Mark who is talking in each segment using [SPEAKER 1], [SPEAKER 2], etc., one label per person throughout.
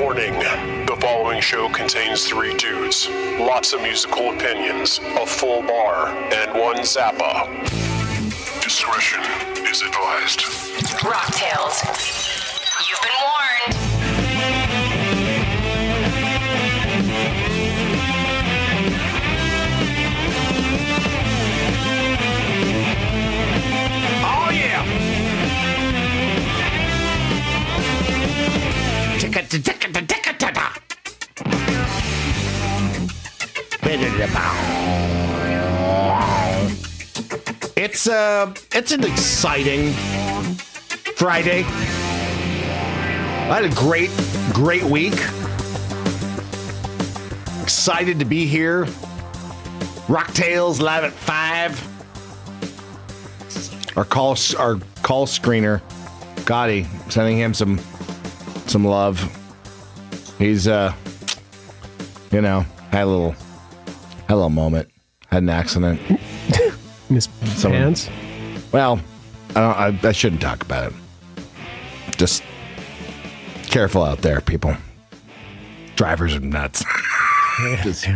[SPEAKER 1] Warning The following show contains three dudes, lots of musical opinions, a full bar, and one Zappa. Discretion is advised.
[SPEAKER 2] Rocktails. You've been warned.
[SPEAKER 3] Oh yeah. Ticka-ta-ticka-ta-ticka-ta-ta. It's uh it's an exciting Friday. I had a great, great week. Excited to be here. Rocktails live at five. Our call our call screener, Gotti, sending him some some love. He's uh you know, had a little had a little moment. Had an accident.
[SPEAKER 4] Miss
[SPEAKER 3] Someone-
[SPEAKER 4] Pants.
[SPEAKER 3] Well, I, don't, I, I shouldn't talk about it. Just careful out there, people. Drivers are nuts. Just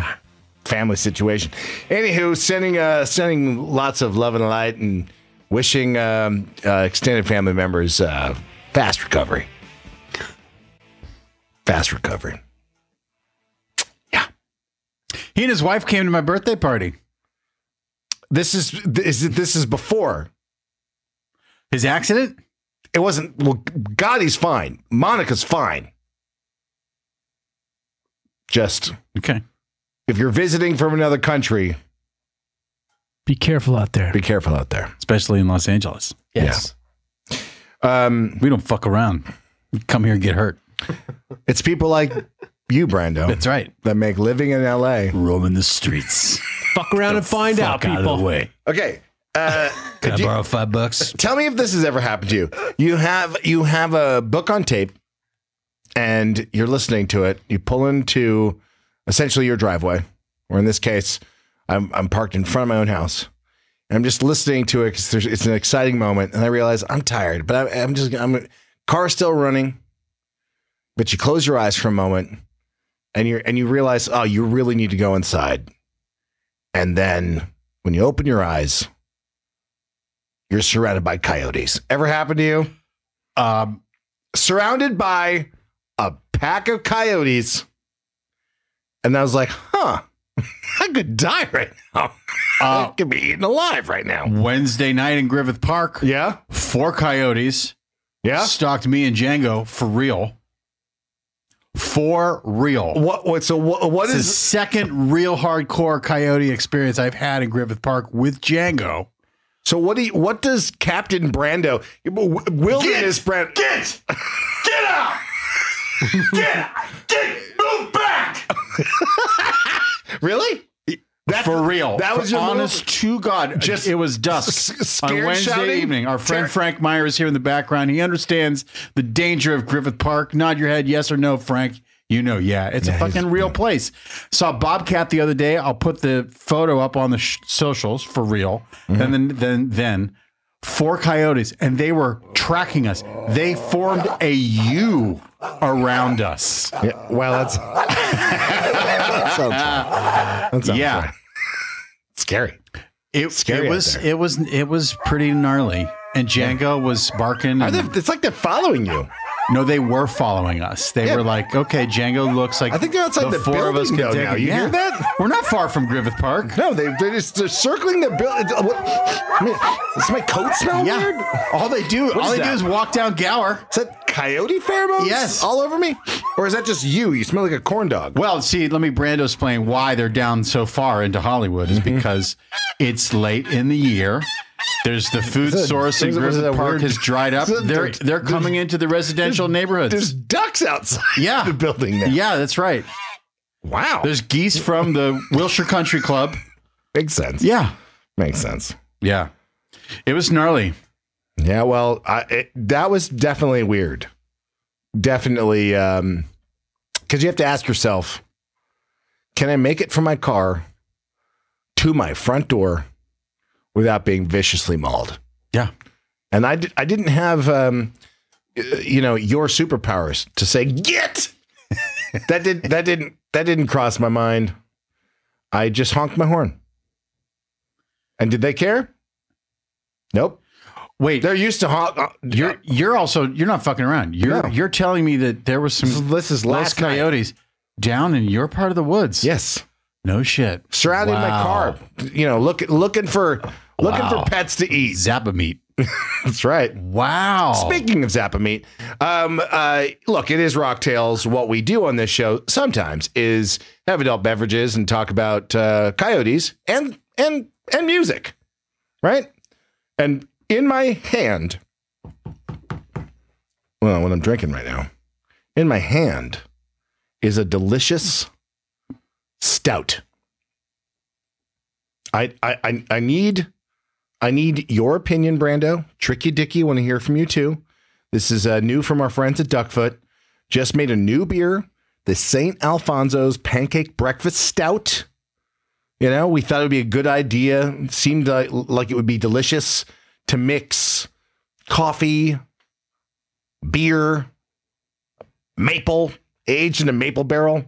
[SPEAKER 3] family situation. Anywho, sending uh, sending lots of love and light, and wishing um, uh, extended family members uh, fast recovery. Fast recovery.
[SPEAKER 5] He and his wife came to my birthday party.
[SPEAKER 3] This is is it- this is before
[SPEAKER 5] His accident?
[SPEAKER 3] it wasn't. Well, Gotti's fine. Monica's fine. Just
[SPEAKER 5] Okay.
[SPEAKER 3] if you're visiting from another country,
[SPEAKER 4] Be careful out there.
[SPEAKER 3] be careful out there.
[SPEAKER 5] Especially in Los Angeles.
[SPEAKER 4] yes.
[SPEAKER 3] Um,
[SPEAKER 5] We don't fuck around. We come here and get hurt.
[SPEAKER 3] it's people like you, Brando,
[SPEAKER 5] That's right.
[SPEAKER 3] that make living in LA.
[SPEAKER 5] Roaming the streets.
[SPEAKER 4] Fuck around and find out,
[SPEAKER 5] Fuck out of the
[SPEAKER 4] people.
[SPEAKER 5] way.
[SPEAKER 3] Okay, uh,
[SPEAKER 5] Can
[SPEAKER 3] you-
[SPEAKER 5] I borrow five bucks?
[SPEAKER 3] tell me if this has ever happened to you. You have you have a book on tape, and you're listening to it. You pull into essentially your driveway, or in this case, I'm I'm parked in front of my own house. And I'm just listening to it because it's an exciting moment, and I realize I'm tired, but I'm, I'm just I'm car's still running. But you close your eyes for a moment, and you and you realize, oh, you really need to go inside. And then when you open your eyes, you're surrounded by coyotes. Ever happened to you?
[SPEAKER 5] Um,
[SPEAKER 3] Surrounded by a pack of coyotes. And I was like, huh, I could die right now. I
[SPEAKER 5] uh,
[SPEAKER 3] could be eaten alive right now.
[SPEAKER 5] Wednesday night in Griffith Park,
[SPEAKER 3] Yeah.
[SPEAKER 5] four coyotes
[SPEAKER 3] Yeah.
[SPEAKER 5] stalked me and Django for real. For real.
[SPEAKER 3] What, what, so what, what
[SPEAKER 5] This is the
[SPEAKER 3] is,
[SPEAKER 5] second real hardcore coyote experience I've had in Griffith Park with Django.
[SPEAKER 3] so what do you, what does Captain Brando, w- wilderness Brando,
[SPEAKER 6] Get! Get out! Get! Get! Move back!
[SPEAKER 3] really? That,
[SPEAKER 5] for real.
[SPEAKER 3] That was
[SPEAKER 5] For
[SPEAKER 3] your
[SPEAKER 5] honest
[SPEAKER 3] little-
[SPEAKER 5] to God.
[SPEAKER 3] Just
[SPEAKER 5] Just it was dusk
[SPEAKER 3] s- s-
[SPEAKER 5] on
[SPEAKER 3] scared
[SPEAKER 5] Wednesday
[SPEAKER 3] shouting?
[SPEAKER 5] evening. Our friend
[SPEAKER 3] Ter-
[SPEAKER 5] Frank Meyer is here in the background. He understands the danger of Griffith Park. Nod your head, yes or no, Frank. You know, yeah, it's a fucking real place. Saw Bobcat the other day. I'll put the photo up on the sh- socials for real. And then, then, then, four coyotes, and they were tracking us. They formed a U around us.
[SPEAKER 3] Yeah, well, that's, that sounds, that sounds
[SPEAKER 5] yeah.
[SPEAKER 3] right. scary.
[SPEAKER 5] It,
[SPEAKER 3] Scary
[SPEAKER 5] it
[SPEAKER 3] out
[SPEAKER 5] was
[SPEAKER 3] there.
[SPEAKER 5] it was it was pretty gnarly. And Django was barking.
[SPEAKER 3] Are
[SPEAKER 5] and-
[SPEAKER 3] they, it's like they're following you.
[SPEAKER 5] no, they were following us. They
[SPEAKER 3] Yeah.
[SPEAKER 5] were like, "Okay, Django looks like."
[SPEAKER 3] I think they're outside the building, though,
[SPEAKER 5] take
[SPEAKER 3] now.
[SPEAKER 5] him.
[SPEAKER 3] You hear that?
[SPEAKER 5] We're not far from Griffith Park.
[SPEAKER 3] No, they they're just they're circling the building. uh, What? I mean, does my coat smell weird?
[SPEAKER 5] Yeah. All they do, all
[SPEAKER 3] is
[SPEAKER 5] they
[SPEAKER 3] that?
[SPEAKER 5] do is walk down Gower.
[SPEAKER 3] Is that coyote pheromones?
[SPEAKER 5] Yes.
[SPEAKER 3] all over me. Or is that just you? You smell like a corn dog.
[SPEAKER 5] Well, see, let me Brando explain why they're down so far into Hollywood
[SPEAKER 3] Mm-hmm.
[SPEAKER 5] is because it's late in the year. There's the food
[SPEAKER 3] Is it-
[SPEAKER 5] source in
[SPEAKER 3] is it- was it
[SPEAKER 5] Griffith
[SPEAKER 3] a
[SPEAKER 5] Park
[SPEAKER 3] weird-
[SPEAKER 5] has dried up.
[SPEAKER 3] Is it-
[SPEAKER 5] They're they're
[SPEAKER 3] there's-
[SPEAKER 5] coming into the residential neighborhoods.
[SPEAKER 3] There's ducks outside
[SPEAKER 5] Yeah.
[SPEAKER 3] the building. Now.
[SPEAKER 5] yeah, that's right.
[SPEAKER 3] Wow.
[SPEAKER 5] There's geese from the Wilshire Country Club.
[SPEAKER 3] Makes sense.
[SPEAKER 5] Yeah.
[SPEAKER 3] Makes sense.
[SPEAKER 5] Yeah. It was gnarly.
[SPEAKER 3] Yeah. Well, I, it, that was definitely weird. Definitely, because you have to ask yourself, can I make it from my car to my front door without being viciously mauled?
[SPEAKER 5] Yeah.
[SPEAKER 3] and I, di- I didn't have um, y- you know your superpowers to say get that did that didn't that didn't cross my mind. I just honked my horn. And did they care? Nope.
[SPEAKER 5] Wait,
[SPEAKER 3] They're used to honk. uh,
[SPEAKER 5] you're you're also you're not fucking around. You're
[SPEAKER 3] No.
[SPEAKER 5] you're telling me that there was some
[SPEAKER 3] This is
[SPEAKER 5] Los
[SPEAKER 3] last night.
[SPEAKER 5] Coyotes down in your part of the woods.
[SPEAKER 3] Yes,
[SPEAKER 5] No shit.
[SPEAKER 3] surrounding my
[SPEAKER 5] Wow.
[SPEAKER 3] car. You know, look looking for looking for
[SPEAKER 5] Wow.
[SPEAKER 3] pets to eat.
[SPEAKER 5] Zappa meat.
[SPEAKER 3] That's right.
[SPEAKER 5] Wow.
[SPEAKER 3] Speaking of Zappa meat, um, uh, look, it is Rock Tales. What we do on this show sometimes is have adult beverages and talk about uh, coyotes and and and music, right? And in my hand, well, what I'm drinking right now, in my hand, is a delicious stout. I I I, I need. I need your opinion, Brando. Tricky Dicky, want to hear from you too. This is uh, new from our friends at Duckfoot. Just made a new beer, the St. Alfonso's Pancake Breakfast Stout. You know, we thought it would be a good idea. It seemed like, like it would be delicious to mix coffee, beer, maple, aged in a maple barrel.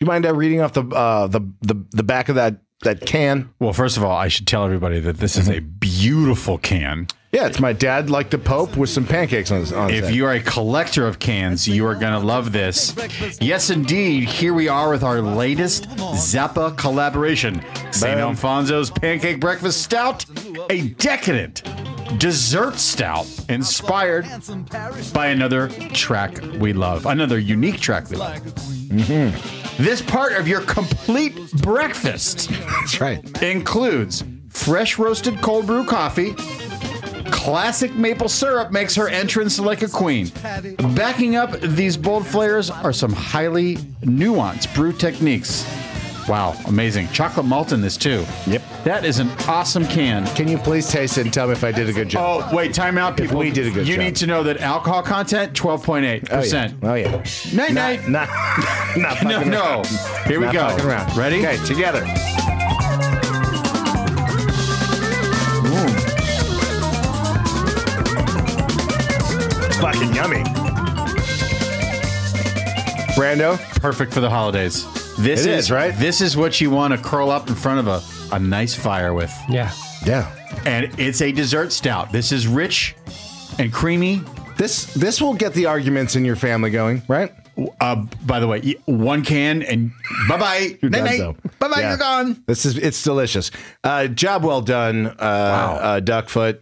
[SPEAKER 3] You mind uh, reading off the uh, the, the the back of that that can?
[SPEAKER 5] Well, first of all, I should tell everybody that this is a beautiful can.
[SPEAKER 3] Yeah, it's my dad like the Pope with some pancakes on his. On his
[SPEAKER 5] If
[SPEAKER 3] head.
[SPEAKER 5] you are a collector of cans, you are going to love this. Yes, indeed. Here we are with our latest Zappa collaboration St. Alfonso's Pancake Breakfast Stout, a decadent dessert stout inspired by another track we love, another unique track we love. Mm-hmm. This part of your complete breakfast
[SPEAKER 3] That's right.
[SPEAKER 5] includes fresh roasted cold brew coffee. Classic maple syrup makes her entrance like a queen. Backing up these bold flares are some highly nuanced brew techniques. Wow, amazing. Chocolate malt in this too.
[SPEAKER 3] Yep.
[SPEAKER 5] That is an awesome can.
[SPEAKER 3] Can you please taste it and tell me if I did a good job?
[SPEAKER 5] Oh, wait, time out, people.
[SPEAKER 3] we did a good
[SPEAKER 5] You
[SPEAKER 3] job.
[SPEAKER 5] need to know that alcohol content, 12.8%.
[SPEAKER 3] Oh yeah.
[SPEAKER 5] Night, night.
[SPEAKER 3] Not, not, not
[SPEAKER 5] No,
[SPEAKER 3] fucking
[SPEAKER 5] no.
[SPEAKER 3] around.
[SPEAKER 5] Here we
[SPEAKER 3] Not
[SPEAKER 5] go.
[SPEAKER 3] fucking around.
[SPEAKER 5] Ready?
[SPEAKER 3] Okay, together. It's fucking yummy. Brando,
[SPEAKER 5] perfect for the holidays. This
[SPEAKER 3] It is, right?
[SPEAKER 5] This is what you want to curl up in front of a, a nice fire with.
[SPEAKER 4] Yeah.
[SPEAKER 3] yeah,
[SPEAKER 5] And it's a dessert stout. This is rich and creamy.
[SPEAKER 3] this this will get the arguments in your family going, right?
[SPEAKER 5] Uh, by the way, y- one can and bye bye.
[SPEAKER 3] You're
[SPEAKER 5] Night
[SPEAKER 3] done,
[SPEAKER 5] night.
[SPEAKER 3] though.
[SPEAKER 5] Bye bye.
[SPEAKER 3] Yeah.
[SPEAKER 5] You're gone.
[SPEAKER 3] This is it's delicious. Uh, job well done, uh, uh, Duckfoot.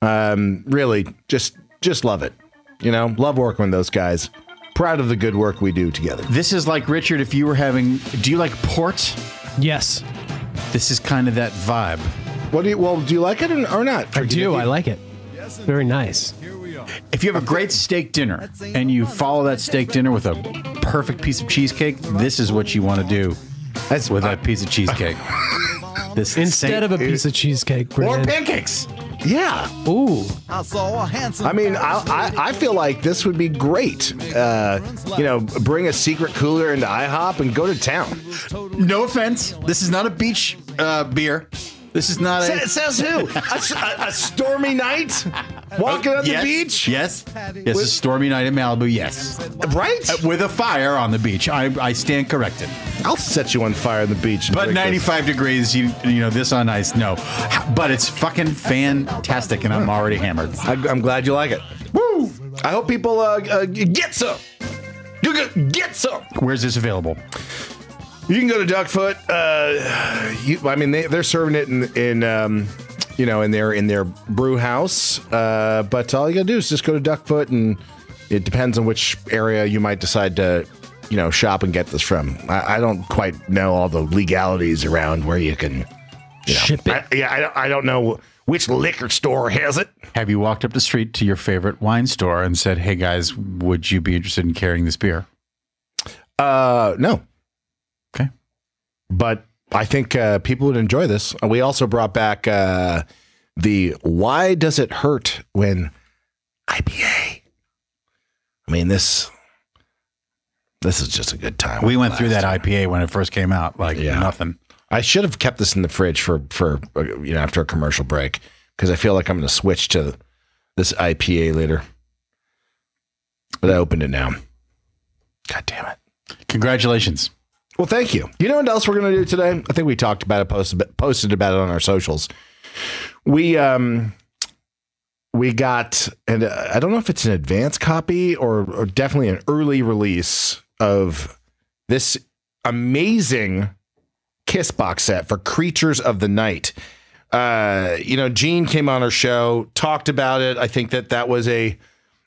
[SPEAKER 3] Um, really, just just love it. You know, love working with those guys. Proud of the good work we do together.
[SPEAKER 5] This is like Richard. If you were having, do you like port?
[SPEAKER 4] Yes.
[SPEAKER 5] This is kind of that vibe.
[SPEAKER 3] What do you? Well, do you like it or not?
[SPEAKER 4] I do. I like it. Very nice.
[SPEAKER 5] If you have a great steak dinner and you follow that steak dinner with a perfect piece of cheesecake, this is what you want to do
[SPEAKER 3] That's
[SPEAKER 5] with
[SPEAKER 3] uh,
[SPEAKER 5] a piece of cheesecake. This
[SPEAKER 4] Instead of a piece of cheesecake,
[SPEAKER 5] or
[SPEAKER 4] Brandon.
[SPEAKER 5] pancakes.
[SPEAKER 3] yeah.
[SPEAKER 4] Ooh.
[SPEAKER 7] I saw a handsome.
[SPEAKER 3] I mean, I, I I feel like this would be great. Uh, you know, bring a secret cooler into IHOP and go to town.
[SPEAKER 5] No offense. This is not a beach uh, beer. This is not a.
[SPEAKER 3] Sa- Says who? A s- A, a stormy night, walking on the
[SPEAKER 5] Yes,
[SPEAKER 3] beach,
[SPEAKER 5] Yes. Yes, a stormy night in Malibu. Yes.
[SPEAKER 3] right?
[SPEAKER 5] Uh, With a fire on the beach. I, I stand corrected.
[SPEAKER 3] I'll set you on fire on the beach. and
[SPEAKER 5] But
[SPEAKER 3] drink this.
[SPEAKER 5] 95 degrees, you, you know, this on ice, no. But it's fucking fantastic, and I'm already hammered.
[SPEAKER 3] I, I'm glad you like it. Woo! I hope people uh, uh, get some. You can get some.
[SPEAKER 5] Where's this available?
[SPEAKER 3] You can go to Duckfoot. Uh, you, I mean, they, they're serving it in, in um, you know, in their in their brew house. Uh, but all you gotta do is just go to Duckfoot, and it depends on which area you might decide to, you know, shop and get this from. I, I don't quite know all the legalities around where you can.
[SPEAKER 4] Ship it.
[SPEAKER 3] I, yeah, I, don't- I don't know which liquor store has it.
[SPEAKER 5] Have you walked up the street to your favorite wine store and said, hey guys, would you be interested in carrying this beer?
[SPEAKER 3] Uh, no.
[SPEAKER 5] Okay.
[SPEAKER 3] but I think uh, people would enjoy this. We also brought back uh, the "Why Does It Hurt When IPA?" I mean this this is just a good time.
[SPEAKER 5] We went through that IPA when it first came out, like
[SPEAKER 3] Yeah.
[SPEAKER 5] nothing.
[SPEAKER 3] I should have kept this in the fridge for for uh, you know after a commercial break because I feel like I'm going to switch to this IPA later. But I opened it now. God damn it!
[SPEAKER 5] Congratulations.
[SPEAKER 3] Well, thank you. You know what else we're going to do today? I think we talked about it, posted posted about it on our socials. We um we got, and uh, I don't know if it's an advance copy or, or definitely an early release of this amazing Kiss box set for Creatures of the Night. Uh, you know, Gene came on our show, talked about it. I think that that was a,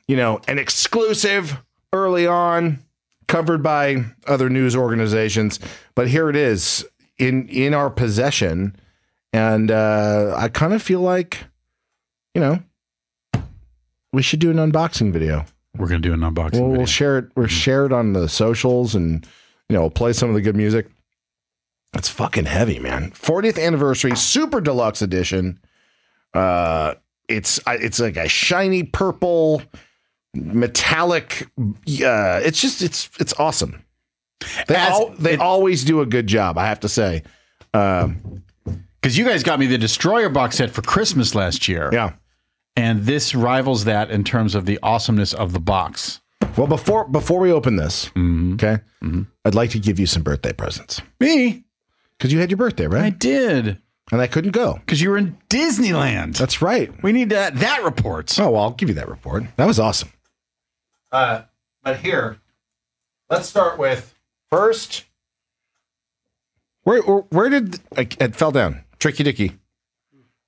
[SPEAKER 3] you know, an exclusive early on, covered by other news organizations. But here it is in in our possession, and uh, I kind of feel like, you know, we should do an unboxing video.
[SPEAKER 5] We're going to do an unboxing.
[SPEAKER 3] We'll,
[SPEAKER 5] video.
[SPEAKER 3] we'll share it. We'll share it on the socials, and you know, we'll play some of the good music. It's fucking heavy, man. 40th anniversary super deluxe edition. Uh, it's I- it's like a shiny purple metallic. Uh, it's just it's it's awesome. They
[SPEAKER 5] As-
[SPEAKER 3] al- they
[SPEAKER 5] it-
[SPEAKER 3] always do a good job. I have to say.
[SPEAKER 5] Because you guys got me the Destroyer box set for Christmas last year.
[SPEAKER 3] Yeah.
[SPEAKER 5] And this rivals that in terms of the awesomeness of the box.
[SPEAKER 3] Well, before before we open this,
[SPEAKER 5] Mm-hmm.
[SPEAKER 3] okay, I'd like to give you some birthday presents
[SPEAKER 5] Me?
[SPEAKER 3] because you had your birthday,
[SPEAKER 5] I
[SPEAKER 3] right?
[SPEAKER 5] did.
[SPEAKER 3] and I couldn't go.
[SPEAKER 5] Because you were in Disneyland.
[SPEAKER 3] That's right.
[SPEAKER 5] we need that, that report.
[SPEAKER 3] Oh, well, I'll give you that report. That was awesome. Uh, but here, let's start with first. Where where, where did I, it fell down? Tricky Dicky,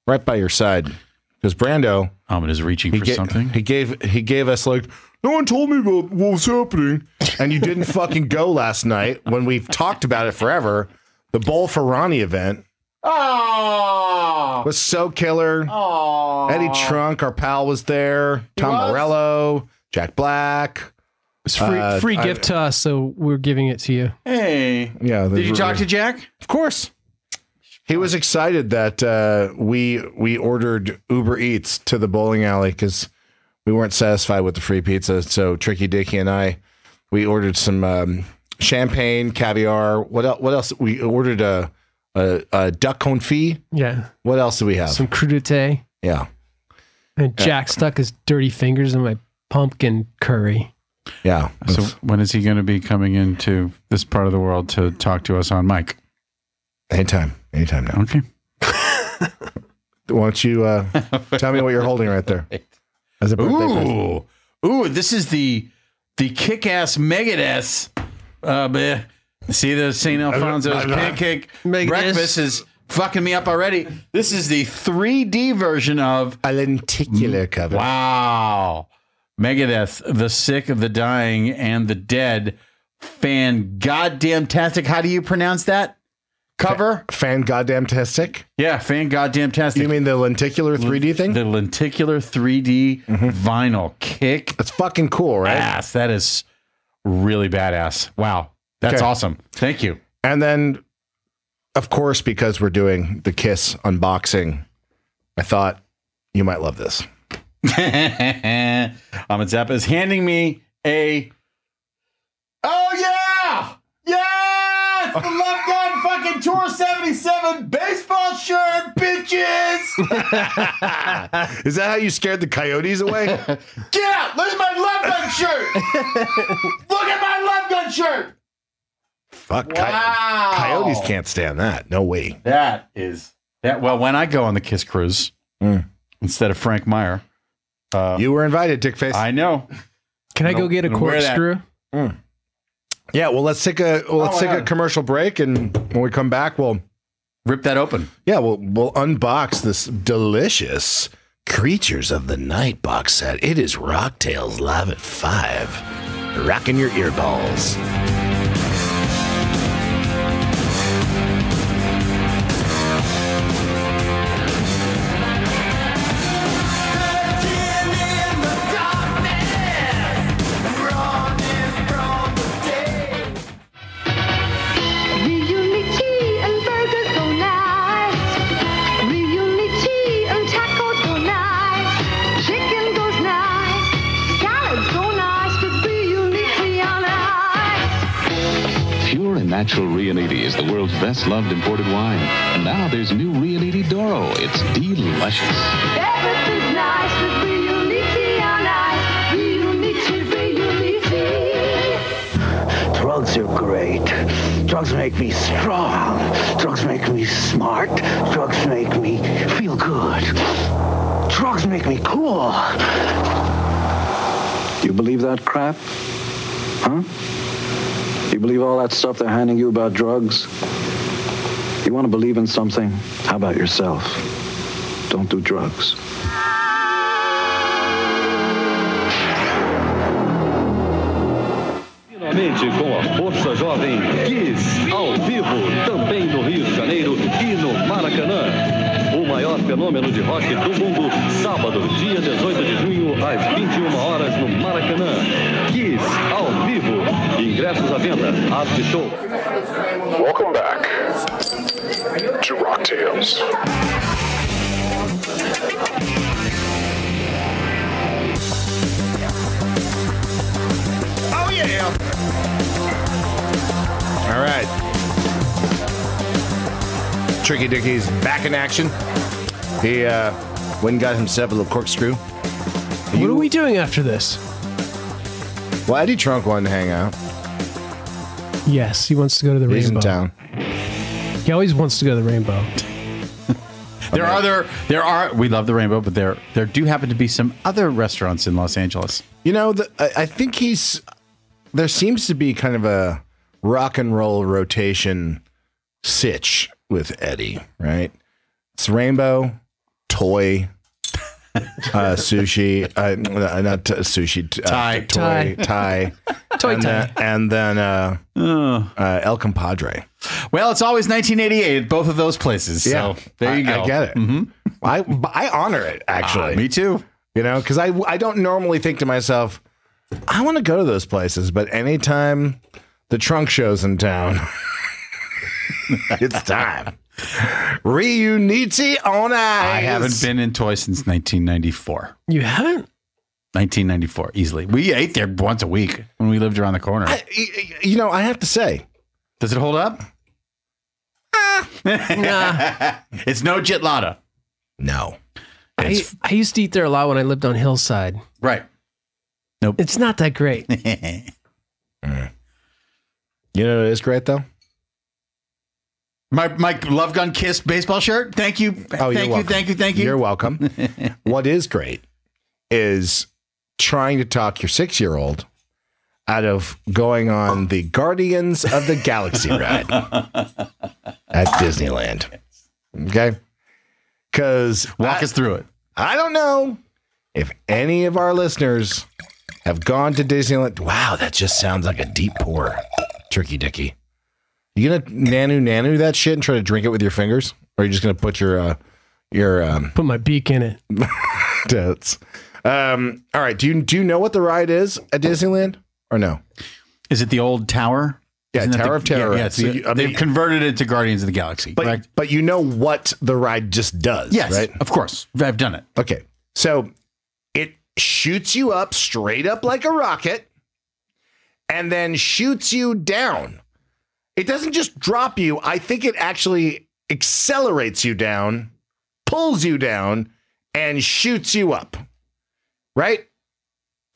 [SPEAKER 3] right by your side, because Brando
[SPEAKER 5] Um, it is reaching
[SPEAKER 3] he,
[SPEAKER 5] for
[SPEAKER 3] ga-
[SPEAKER 5] something.
[SPEAKER 3] he gave he gave us like no one told me about what was happening, and you didn't fucking go last night when we've talked about it forever. The Bowl for Ronnie event
[SPEAKER 5] Oh,
[SPEAKER 3] was so killer. Eddie Trunk, our pal, was there. Tom
[SPEAKER 5] was?
[SPEAKER 3] Morello, Jack Black.
[SPEAKER 4] It's free,
[SPEAKER 3] Uh,
[SPEAKER 4] free
[SPEAKER 3] I-
[SPEAKER 4] gift to us, so we're giving it to you.
[SPEAKER 5] hey.
[SPEAKER 3] Yeah.
[SPEAKER 5] Did you talk to Jack?
[SPEAKER 3] Of course. He was excited that uh, we we ordered Uber Eats to the bowling alley because we weren't satisfied with the free pizza. So Tricky Dicky and I, we ordered some um, champagne, caviar. What else? What else? We ordered a, a, a duck confit.
[SPEAKER 4] Yeah,
[SPEAKER 3] What else do we have?
[SPEAKER 4] some crudité.
[SPEAKER 3] yeah,
[SPEAKER 4] And Jack stuck his dirty fingers in my pumpkin curry.
[SPEAKER 3] yeah.
[SPEAKER 5] So when is he going to be coming into this part of the world to talk to us on mic?
[SPEAKER 3] anytime, anytime now.
[SPEAKER 5] Okay.
[SPEAKER 3] Why don't you uh, tell me what you're holding right there? As a birthday present.
[SPEAKER 5] Ooh, ooh, this is the the kick-ass Megadeth. Uh, bleh. see the St. Alfonso's pancake
[SPEAKER 4] Megadeth.
[SPEAKER 5] breakfast is fucking me up already. This is the 3D version of
[SPEAKER 3] a
[SPEAKER 5] Mm.
[SPEAKER 3] lenticular cover.
[SPEAKER 5] Wow, Megadeth, the sick, the dying, and the dead. Fan, goddamn tastic. How do you pronounce that cover?
[SPEAKER 3] Fan goddamn testic.
[SPEAKER 5] Yeah, fan, goddamn tastic.
[SPEAKER 3] You mean the lenticular 3D thing? Mm-hmm.
[SPEAKER 5] the lenticular 3D vinyl kick
[SPEAKER 3] That's fucking cool, right?
[SPEAKER 5] ass. That is really badass. Wow. That's
[SPEAKER 3] Okay.
[SPEAKER 5] awesome. Thank you.
[SPEAKER 3] And then, of course, because we're doing the Kiss unboxing, I thought you might love this.
[SPEAKER 5] Ahmed Zappa is handing me a. Oh, yeah! Yeah! It's the Love Gun fucking Tour 77 baseball shirt, bitches!
[SPEAKER 3] Is that how you scared the coyotes away?
[SPEAKER 5] Get out! There's my Love Gun shirt! Look at my Love Gun shirt!
[SPEAKER 3] Fuck, coy-
[SPEAKER 5] Wow!
[SPEAKER 3] coyotes can't stand that. No way.
[SPEAKER 5] That is. that. Well, when I go on the Kiss Cruise,
[SPEAKER 3] Mm.
[SPEAKER 5] instead of Frank Meyer, uh,
[SPEAKER 3] You were invited, Dickface.
[SPEAKER 5] Oh. I know.
[SPEAKER 4] Can I go get a
[SPEAKER 5] gonna wear that.
[SPEAKER 4] corkscrew?
[SPEAKER 3] yeah. Well, let's take a well, let's
[SPEAKER 5] Oh,
[SPEAKER 3] take
[SPEAKER 5] yeah.
[SPEAKER 3] a commercial break, and when we come back, we'll
[SPEAKER 5] Rip that open.
[SPEAKER 3] yeah we'll we'll unbox this delicious creatures of the night box set. It is Rocktails live at five, rocking your earballs.
[SPEAKER 7] Riunichi and burgers go nice. Riunichi and tacos go nice. Chicken goes nice. Salads go nice with Riunichi on ice.
[SPEAKER 8] Pure and natural Rianiti is the world's best loved imported wine. And now there's new Rianiti Doro. It's delicious.
[SPEAKER 7] Everything's nice with Riunichi on ice. Riunichi, Riunichi.
[SPEAKER 8] Try
[SPEAKER 9] Drugs are great. Drugs make me strong. Drugs make me smart. Drugs make me feel good. Drugs make me cool.
[SPEAKER 10] You believe that crap? Huh? You believe all that stuff they're handing you about drugs? You want to believe in something? How about yourself? Don't do drugs.
[SPEAKER 11] Finalmente, com a Força Jovem Kiss, ao vivo, também no Rio de Janeiro e no Maracanã. O maior fenômeno de rock do mundo, sábado, dia 18 de junho, às 21 horas, no Maracanã. Kiss, ao vivo. Ingressos à venda, After Show.
[SPEAKER 1] Welcome back to Rock Tales.
[SPEAKER 6] Oh yeah.
[SPEAKER 3] All right. Tricky Dicky's back in action. He uh, went and got himself a little corkscrew.
[SPEAKER 4] What are we doing after this?
[SPEAKER 3] Well, Eddie Trunk wanted to hang out.
[SPEAKER 4] Yes, he wants to go to the
[SPEAKER 3] He's
[SPEAKER 4] rainbow.
[SPEAKER 3] in town.
[SPEAKER 4] He always wants to go to the rainbow.
[SPEAKER 5] There are there there are we love the rainbow, but there there do happen to be some other restaurants in Los Angeles.
[SPEAKER 3] You know, the, I, I think he's. There seems to be kind of a rock and roll rotation sitch with Eddie, right? It's rainbow, toy, uh, sushi, uh, n- not t- sushi, t- uh,
[SPEAKER 5] Thai.
[SPEAKER 3] toy, Thai,
[SPEAKER 4] Toy
[SPEAKER 3] and,
[SPEAKER 4] Thai.
[SPEAKER 3] then- and then uh, uh, El Compadre.
[SPEAKER 5] Well, it's always 1988 at both of those places. So there you
[SPEAKER 3] I-
[SPEAKER 5] go. Mm-hmm. Ah,
[SPEAKER 3] I get it. I but I honor it actually.
[SPEAKER 5] Me too.
[SPEAKER 3] You know, because I I don't normally think to myself, I want to go to those places, but anytime the trunk shows in town, it's time. Reuniti on ice.
[SPEAKER 5] I haven't been in Toy since 1994.
[SPEAKER 4] You haven't?
[SPEAKER 5] 1994, easily. We ate there once a week when we lived around the corner.
[SPEAKER 3] You know, I have to say,
[SPEAKER 5] Does it hold up? Ah.
[SPEAKER 4] Nah.
[SPEAKER 5] It's no jitlada.
[SPEAKER 3] no.
[SPEAKER 4] I, I used to eat there a lot when I lived on Hillside.
[SPEAKER 5] Right.
[SPEAKER 4] It's not that great.
[SPEAKER 3] You know what is great though?
[SPEAKER 5] My my Love Gun Kiss baseball shirt. Thank you.
[SPEAKER 3] Oh,
[SPEAKER 5] thank
[SPEAKER 3] you're
[SPEAKER 5] you,
[SPEAKER 3] welcome.
[SPEAKER 5] thank you, thank you.
[SPEAKER 3] You're welcome. what is great is trying to talk your six year old out of going on the Guardians of the Galaxy ride at Disneyland. Okay. Because
[SPEAKER 5] Walk
[SPEAKER 3] I,
[SPEAKER 5] us through it.
[SPEAKER 3] I don't know if any of our listeners have gone to Disneyland. Wow, that just sounds like a deep pour, Turkey Dicky. You gonna nanu nanu that shit and try to drink it with your fingers, or are you just gonna put your uh, your um,
[SPEAKER 4] Put my beak in it.
[SPEAKER 3] Totes. Um, all right. Do you do you know what the ride is at Disneyland or no?
[SPEAKER 5] Is it the old tower?
[SPEAKER 3] Yeah,
[SPEAKER 5] Isn't that
[SPEAKER 3] Tower
[SPEAKER 5] the-
[SPEAKER 3] of Terror.
[SPEAKER 5] Yeah, yeah, it's
[SPEAKER 3] So
[SPEAKER 5] the-
[SPEAKER 3] you- I
[SPEAKER 5] they've
[SPEAKER 3] mean-
[SPEAKER 5] converted it to Guardians of the Galaxy.
[SPEAKER 3] But
[SPEAKER 5] correct?
[SPEAKER 3] but you know what the ride just does,
[SPEAKER 5] Yes,
[SPEAKER 3] right?
[SPEAKER 5] of course. I've done it.
[SPEAKER 3] Okay. So it shoots you up straight up like a rocket and then shoots you down. It doesn't just drop you. I think it actually accelerates you down, pulls you down, and shoots you up. Right?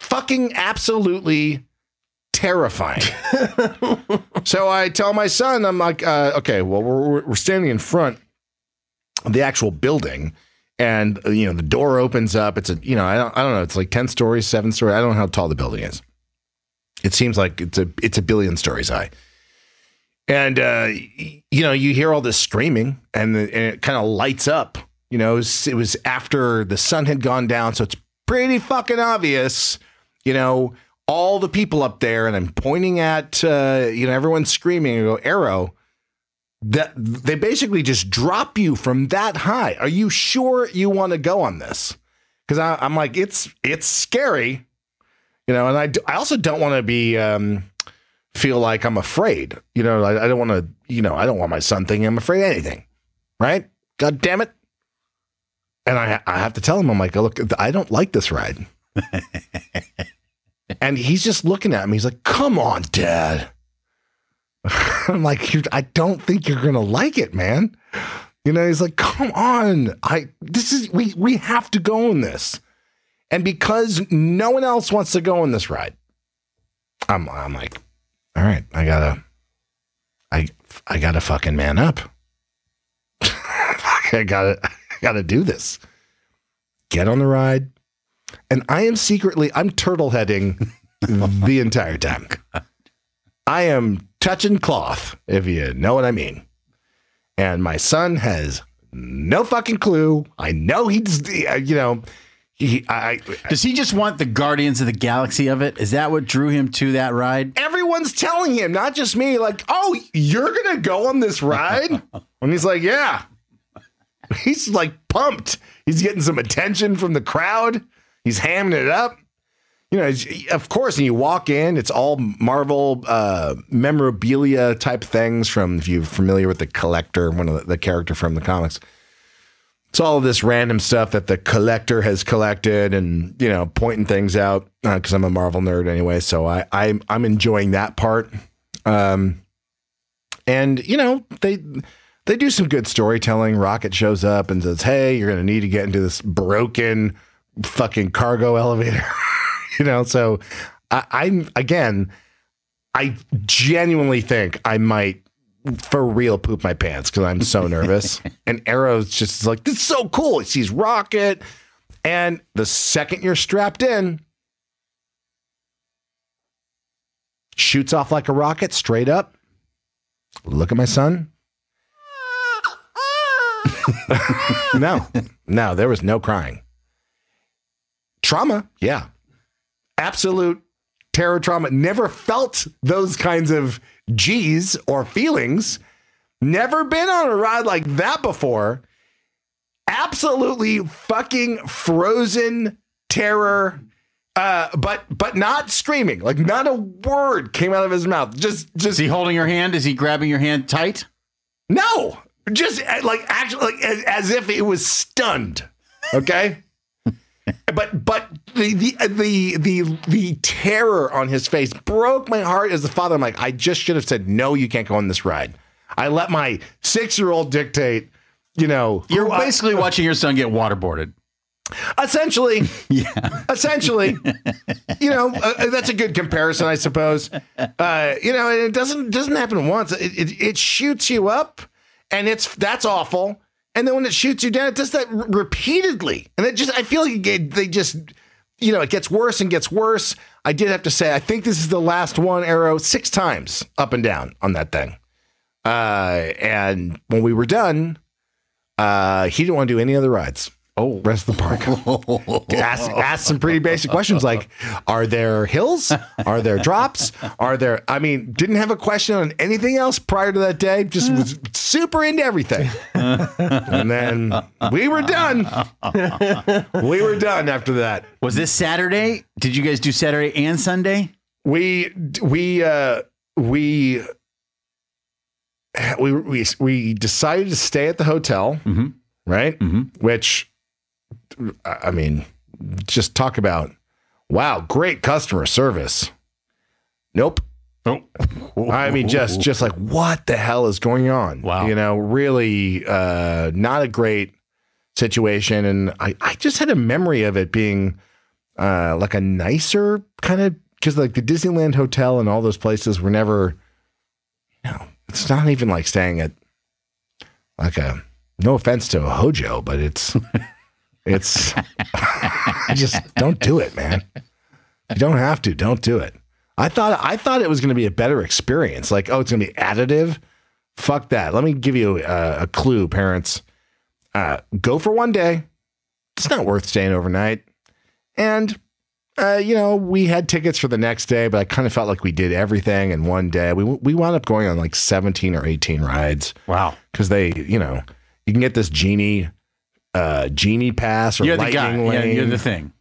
[SPEAKER 3] Fucking absolutely terrifying. so I tell my son, I'm like, uh, okay, well, we're, we're standing in front of the actual building and uh, you know the door opens up it's a you know i don't, I don't know it's like 10 stories 7 stories i don't know how tall the building is it seems like it's a it's a billion stories high and uh y- you know you hear all this screaming and, the, and it kind of lights up you know it was, it was after the sun had gone down so it's pretty fucking obvious you know all the people up there and i'm pointing at uh you know everyone's screaming i go arrow that they basically just drop you from that high. Are you sure you want to go on this? Because I'm like, it's it's scary, you know. And I d- I also don't want to be um, feel like I'm afraid, you know. I, I don't want to, you know, I don't want my son thinking I'm afraid of anything, right? God damn it! And I I have to tell him I'm like, look, I don't like this ride. and he's just looking at me. He's like, come on, dad. I'm like, you I don't think you're gonna like it, man. You know, he's like, come on, I this is we we have to go on this, and because no one else wants to go on this ride, I'm I'm like, all right, I gotta, I, I gotta fucking man up. I gotta, I gotta do this. Get on the ride, and I am secretly, I'm turtle heading the entire time. I am touching cloth, if you know what I mean. And my son has no fucking clue. I know he's, you know, he, I,
[SPEAKER 5] Does he just want the Guardians of the Galaxy of it? Is that what drew him to that ride?
[SPEAKER 3] Everyone's telling him, not just me, like, oh, you're going to go on this ride? and he's like, yeah. He's like pumped. He's getting some attention from the crowd. He's hamming it up. You know, it's- of course, and you walk in, it's all Marvel uh, memorabilia type things from, if you're familiar with the collector, one of the, the character from the comics. It's all of this random stuff that the collector has collected and, you know, pointing things out because I'm a Marvel nerd anyway. So I, I'm, I'm enjoying that part. Um, and, you know, they, they do some good storytelling. Rocket shows up and says, Hey, you're going to need to get into this broken fucking cargo elevator. you know, so I, I'm, again, I genuinely think I might for real poop my pants because I'm so nervous. and Arrow's just like, this is so cool. He sees Rocket. And the second you're strapped in, shoots off like a rocket straight up. Look at my son. no, no, there was no crying. Trauma, yeah. Absolute terror trauma. Never felt those kinds of G's or feelings. Never been on a ride like that before. Absolutely fucking frozen terror. Uh, but but not screaming. Like not a word came out of his mouth. Just just
[SPEAKER 5] Is he holding your hand? Is he grabbing your hand tight?
[SPEAKER 3] no, just uh, like actually, like as, as if it was stunned. Okay, but but the the uh, the the the terror on his face broke my heart as the father. I'm like, I just should have said no. You can't go on this ride. I let my six year old dictate. You know,
[SPEAKER 5] You're
[SPEAKER 3] who Oh, I- uh,
[SPEAKER 5] basically watching your son get waterboarded.
[SPEAKER 3] essentially yeah essentially you know uh, that's a good comparison i suppose uh you know and it doesn't doesn't happen once it, it it shoots you up and it's that's awful and then when it shoots you down it does that r- repeatedly and it just i feel like it, they just you know it gets worse and gets worse i did have to say i think this is the last one arrow six times up and down on that thing uh and when we were done uh, he didn't want to do any other rides. Oh, rest of the park. ask, ask some pretty basic questions like, are there hills? Are there drops? Are there? I mean, didn't have a question on anything else prior to that day. Just was super into everything. and then we were done. we were done after that.
[SPEAKER 5] Was this Saturday? Did you guys do Saturday and Sunday?
[SPEAKER 3] We we uh, we we we we decided to stay at the hotel, right? Which, I I mean, just talk about wow, great customer service. Nope. Oh, I mean, just just like what the hell is going on? Wow. You know, really, uh, not a great situation, and I I just had a memory of it being uh, like a nicer kind of because like the Disneyland Hotel and all those places were never it's not even like staying at like a no offense to Hojo, but it's it's I just don't do it, man. You don't have to, don't do it. I thought I thought it was gonna be a better experience. Like, oh, it's gonna be additive. Fuck that. Let me give you a, a clue, parents. Uh, go for one day. It's not worth staying overnight. And uh, you know, we had tickets for the next day, but I kind of felt like we did everything in one day. We we wound up going on like 17 or 18 rides.
[SPEAKER 5] Wow.
[SPEAKER 3] Cuz they, you know, you can get this genie uh genie pass or
[SPEAKER 5] You're the
[SPEAKER 3] lightning
[SPEAKER 5] guy.
[SPEAKER 3] lane.
[SPEAKER 5] Yeah, you're the thing.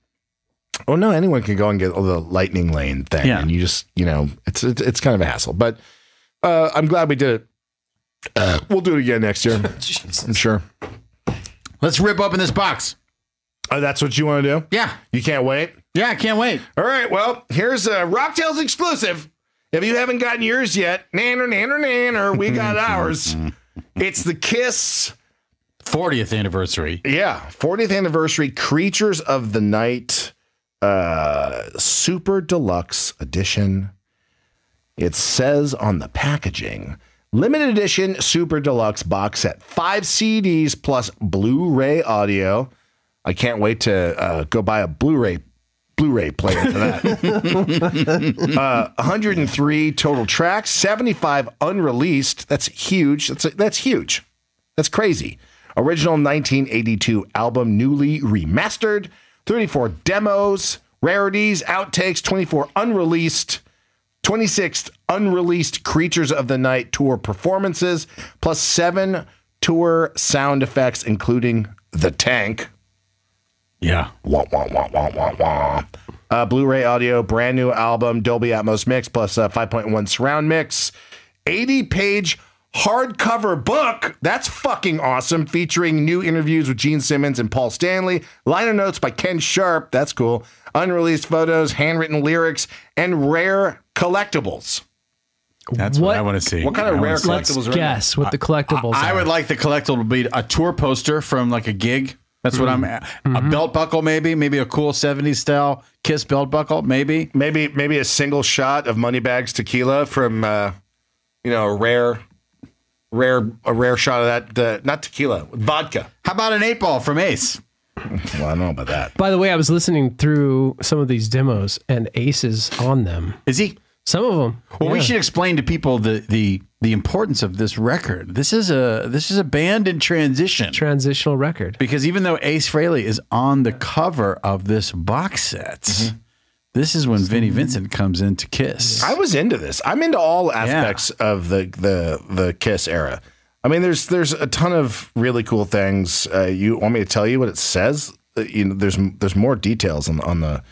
[SPEAKER 3] Oh no, anyone can go and get the lightning lane thing,
[SPEAKER 5] Yeah.
[SPEAKER 3] and you just you know it's it's, it's kind of a hassle. But uh, I'm glad we did it. Uh, we'll do it again next year. I'm sure.
[SPEAKER 5] Let's rip open this box.
[SPEAKER 3] Oh, that's what you want to do?
[SPEAKER 5] Yeah.
[SPEAKER 3] You can't wait.
[SPEAKER 5] Yeah, I can't wait.
[SPEAKER 3] All right. Well, here's a Rocktails exclusive. If you haven't gotten yours yet, nanner nanner nanner, we got ours. It's the Kiss.
[SPEAKER 5] 40th anniversary.
[SPEAKER 3] Yeah, 40th anniversary Creatures of the Night uh super deluxe edition. It says on the packaging limited edition super deluxe box set, five CDs plus Blu ray audio. I can't wait to uh, go buy a Blu ray. Blu-ray player for that. uh, 103 total tracks, 75 unreleased. That's huge. That's that's huge. That's crazy. Original 1982 album, newly remastered. 34 demos, rarities, outtakes. 24 unreleased. 26th unreleased Creatures of the Night tour performances, plus seven tour sound effects, including the tank.
[SPEAKER 5] Yeah.
[SPEAKER 3] Wah, wah, wah, wah, wah, wah. Uh, Blu ray audio, brand new album, Dolby Atmos mix, plus uh, 5.1 surround mix, 80 page hardcover book. That's fucking awesome. Featuring new interviews with Gene Simmons and Paul Stanley, liner notes by Ken Sharp. That's cool. Unreleased photos, handwritten lyrics, and rare collectibles.
[SPEAKER 5] That's what, I want to see.
[SPEAKER 3] What kind of
[SPEAKER 5] I
[SPEAKER 3] rare
[SPEAKER 5] wanna see.
[SPEAKER 3] collectibles are in there?
[SPEAKER 4] Guess what the collectibles
[SPEAKER 5] I, I
[SPEAKER 4] are.
[SPEAKER 5] would like the collectible to be a tour poster from like a gig. That's what I'm at. A belt buckle, maybe, maybe a cool 70s style Kiss belt buckle, maybe.
[SPEAKER 3] Maybe maybe a single shot of Moneybags tequila from uh, you know a rare, rare a rare shot of that uh, not tequila vodka.
[SPEAKER 5] How about an eight ball from Ace?
[SPEAKER 3] Well, I don't know about that.
[SPEAKER 4] By the way, I was listening through some of these demos and Aces on them.
[SPEAKER 5] Is he?
[SPEAKER 4] Some of them.
[SPEAKER 5] Well, we
[SPEAKER 4] yeah.
[SPEAKER 5] should explain to people the the the importance of this record. This is a this is a band in transition.
[SPEAKER 4] Transitional record.
[SPEAKER 5] Because even though Ace Frehley is on the cover of this box set, Mm-hmm. this is when Vinnie Vincent comes in to Kiss.
[SPEAKER 3] I was into this. I'm into all aspects of the the the Kiss era. I mean, there's there's a ton of really cool things. Uh, you want me to tell you what it says? Uh, You know, there's there's more details on on the